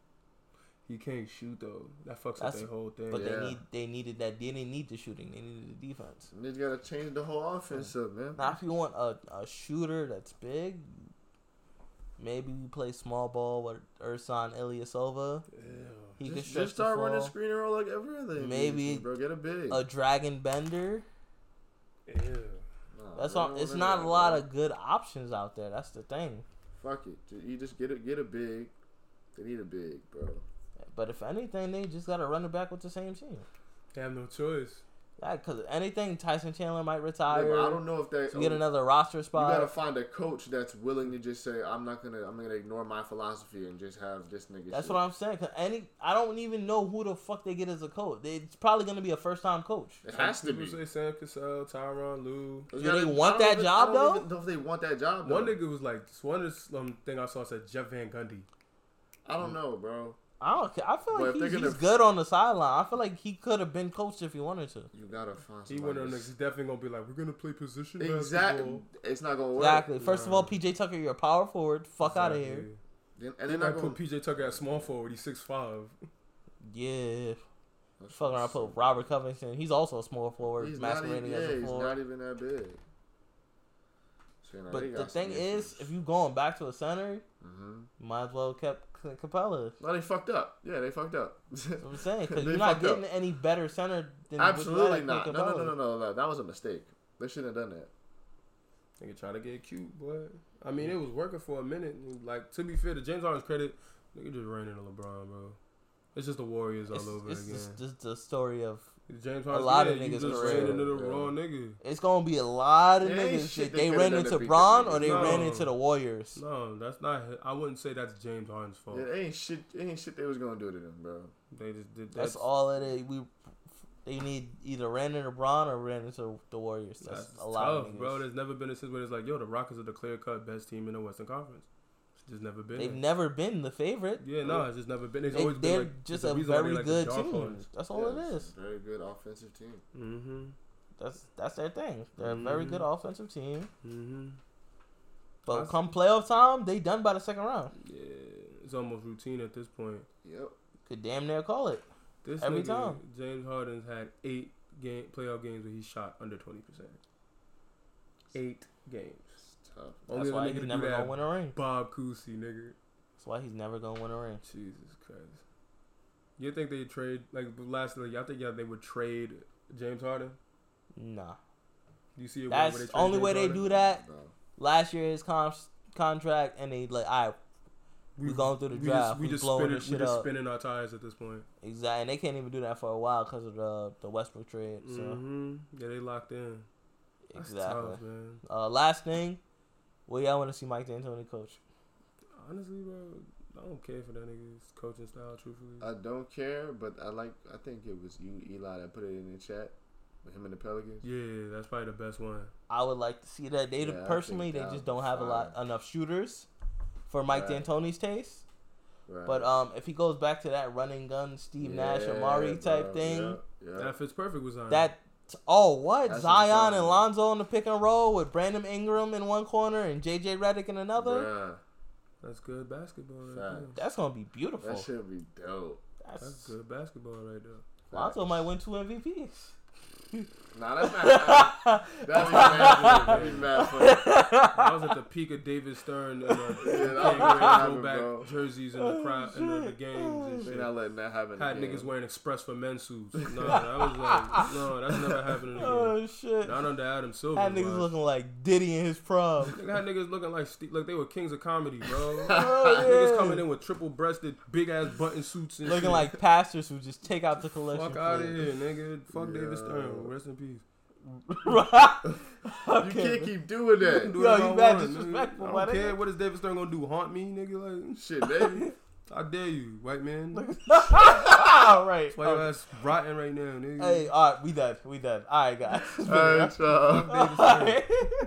He can't shoot though. That fucks up
That's-
their whole thing.
But
Yeah.
they need they needed that. They didn't need the shooting. They needed the defense.
Niggas gotta change the whole offense up, man.
Now if you want a, a shooter that's big, maybe you play small ball with Ursan Ilyasova.
Ew.
He can
just,
stretch
just start
the floor.
running screen and roll like every other. NBA
Maybe
team, bro. Get a big.
a dragon bender.
Ew.
Nah,
That's
bro,
all.
don't
It's
wanna
not
do
a
that,
lot
bro.
of good options out there. That's the thing.
Fuck it. Ju- You just get a get a big. They need a big, bro.
But if anything, they just gotta run it back with the same team.
They have no choice.
Because anything, Tyson Chandler might
Yeah,
retire.
but I don't know if that. oh,
get another roster
You
spot.
gotta find a coach that's willing to just say, "I'm not gonna, I'm gonna ignore my philosophy and just have this nigga."
That's
shit.
what I'm saying. 'cause any, I don't even know who the fuck they get as a coach. They, it's probably gonna be a first time coach.
It has to
People say
be.
Sam Cassell, Tyron Lue.
It's
Do they
gotta-
want
I don't
that
even-
job,
I don't
though?
even know if they want that job. Though.
One nigga was like, this one is, um, thing I saw said Jeff Van Gundy.
I don't know, bro.
I don't. care. I feel
But
like
if
he's,
they're gonna-
he's good on the sideline. I feel like he could have been coached if he wanted to.
You gotta find.
He went on.
somebody
He's definitely gonna be like, we're gonna play position
that's- Exactly.
basketball.
It's not gonna work.
Exactly. First of
Nah.
all, PJ Tucker, you're a power forward. Fuck out of here.
Then,
And
and
then
then
I put
I go.
PJ Tucker at small forward. He's six five.
Yeah. Fuck around. I put Robert Covington. He's also a small forward,
He's not even.
masquerading
Yeah,
as a
he's
forward.
not even that big. So, you know, they
but
got
the
some
thing is,
issues.
if you going back to a center,
Mhm.
might as well kept C- Capella.
no, they fucked up. Yeah, they fucked up.
That's what I'm saying because
They
you're not
fucked up.
getting any better center than what you
Absolutely
had
not.
with
No, no,
Capella.
no, no, no, no. That was a mistake. They shouldn't have done that.
Nigga trying to get cute, boy. I mean, it was working for a minute. Like to be fair, to James Harden's credit, nigga just ran into LeBron, bro. It's just the Warriors
It's,
all over
it's
again.
just, just the story of
James Harden,
lot of
yeah,
niggas
you just
career,
ran into the
bro.
wrong nigga.
it's gonna be a lot of
There ain't
niggas.
shit
Shit,
they
they
could've
ran
done
into
to beat
Braun
them
or they
niggas.
ran
No.
into the Warriors.
No, that's not. hi- I wouldn't say that's James Harden's
Oh.
fault.
Yeah, it ain't shit. It ain't shit they was gonna do to them, bro.
They just did.
That's, all it is. We they need either ran into Braun or ran into the Warriors. That's,
That's
a lot
tough,
of niggas.
bro. There's never been a situation where it's like, yo, the Rockets are the clear cut best team in the Western Conference. It's just never been.
They've
that.
never been the favorite.
yeah, no, it's just never been. It's
They,
always been
they're
like,
just a very good team. That's all
Yeah,
it
it's
is.
a Very good offensive team.
Mm-hmm.
That's that's their thing. They're a very good offensive team.
Mm-hmm.
But
That's-
come playoff time, they done by the second round.
Yeah, it's almost routine at this point.
Yep.
Could damn near call it.
This
Every
nigga,
time.
James Harden's had eight game playoff games where he shot under twenty percent. Eight games.
It's tough.
That's
Only
why
other nigga
he's
to
never
do
gonna
that.
win a ring.
Bob Cousy, nigga.
That's why he's never gonna win a ring.
Jesus Christ. You think they trade like lastly? Y'all think yeah they would trade James Harden?
Nah.
Do you see a
That's
world
the only way
where
they
they trade James
do that.
Bro.
Last year's con- contract, and they like, all right, we going through the
we
draft,
Just, we
we
just
blowing
spinning,
this
we
shit
just
up.
spinning our tires at this point.
exactly. And they can't even do that for a while because of the the Westbrook trade. So
hmm Yeah, they locked in. That's
exactly.
tough, man.
Uh, last thing, where y'all want to see Mike D'Antoni coach?
Honestly, bro, I don't care for that nigga's coaching style. Truthfully,
I don't care, but I like. I think it was you, Eli, that put it in the chat with him and the Pelicans.
yeah, that's probably the best one.
I would like to see that. They
Yeah, I think
personally, they
that
just
would
don't
be
have a lot
fire.
enough shooters for Mike
Right.
D'Antoni's taste.
Right.
But um, if he goes back to that running gun, Steve Nash,
Yeah,
Amari type
bro.
thing,
Yep, yep.
That fits perfect with Zion.
that oh what
That's what I'm
Zion
saying.
and Lonzo in the pick and roll with Brandon Ingram in one corner and JJ Redick in another.
Bruh,
that's good basketball. Right
Facts.
there.
That's gonna be beautiful.
that should be dope.
That's,
That's good basketball right there.
Lonzo
Facts.
might win two MVPs.
Nah, that's not. That'd be mad. That'd be mad funny.
I was at the peak of David Stern and uh,
Yeah, that
Kang
was
wearing
happening,
throwback
bro.
jerseys in
Oh,
the crowd and the, the games
They're
and
not
shit.
letting that happen.
Had
again.
niggas wearing Express for men suits. No, that was like, no, that's never happening again.
Oh shit!
Not under Adam Silver.
That niggas
bro.
looking like Diddy in his prime.
Nigga had niggas looking like Steve, like they were kings of comedy, bro.
oh,
Niggas
yeah.
coming in with triple breasted, big ass button suits and
looking
shit.
like pastors who just take out the collection.
fuck out of
plate.
here, nigga. Fuck David
Yo.
Stern. Rest in peace.
You
okay.
can't keep doing
I can
that.
do whatever
Yo, you
I
mad
want, nigga.
disrespectful,
I
my
don't care.
nigga.
What is David Stern gonna do? Haunt me, nigga? Like,
Shit, baby.
I dare you, white man. That's
all right.
why your ass rotten right now, nigga.
Hey, all right, we done. We done. All right, guys.
All right, y'all.
Fuck David
All
Stern.
right.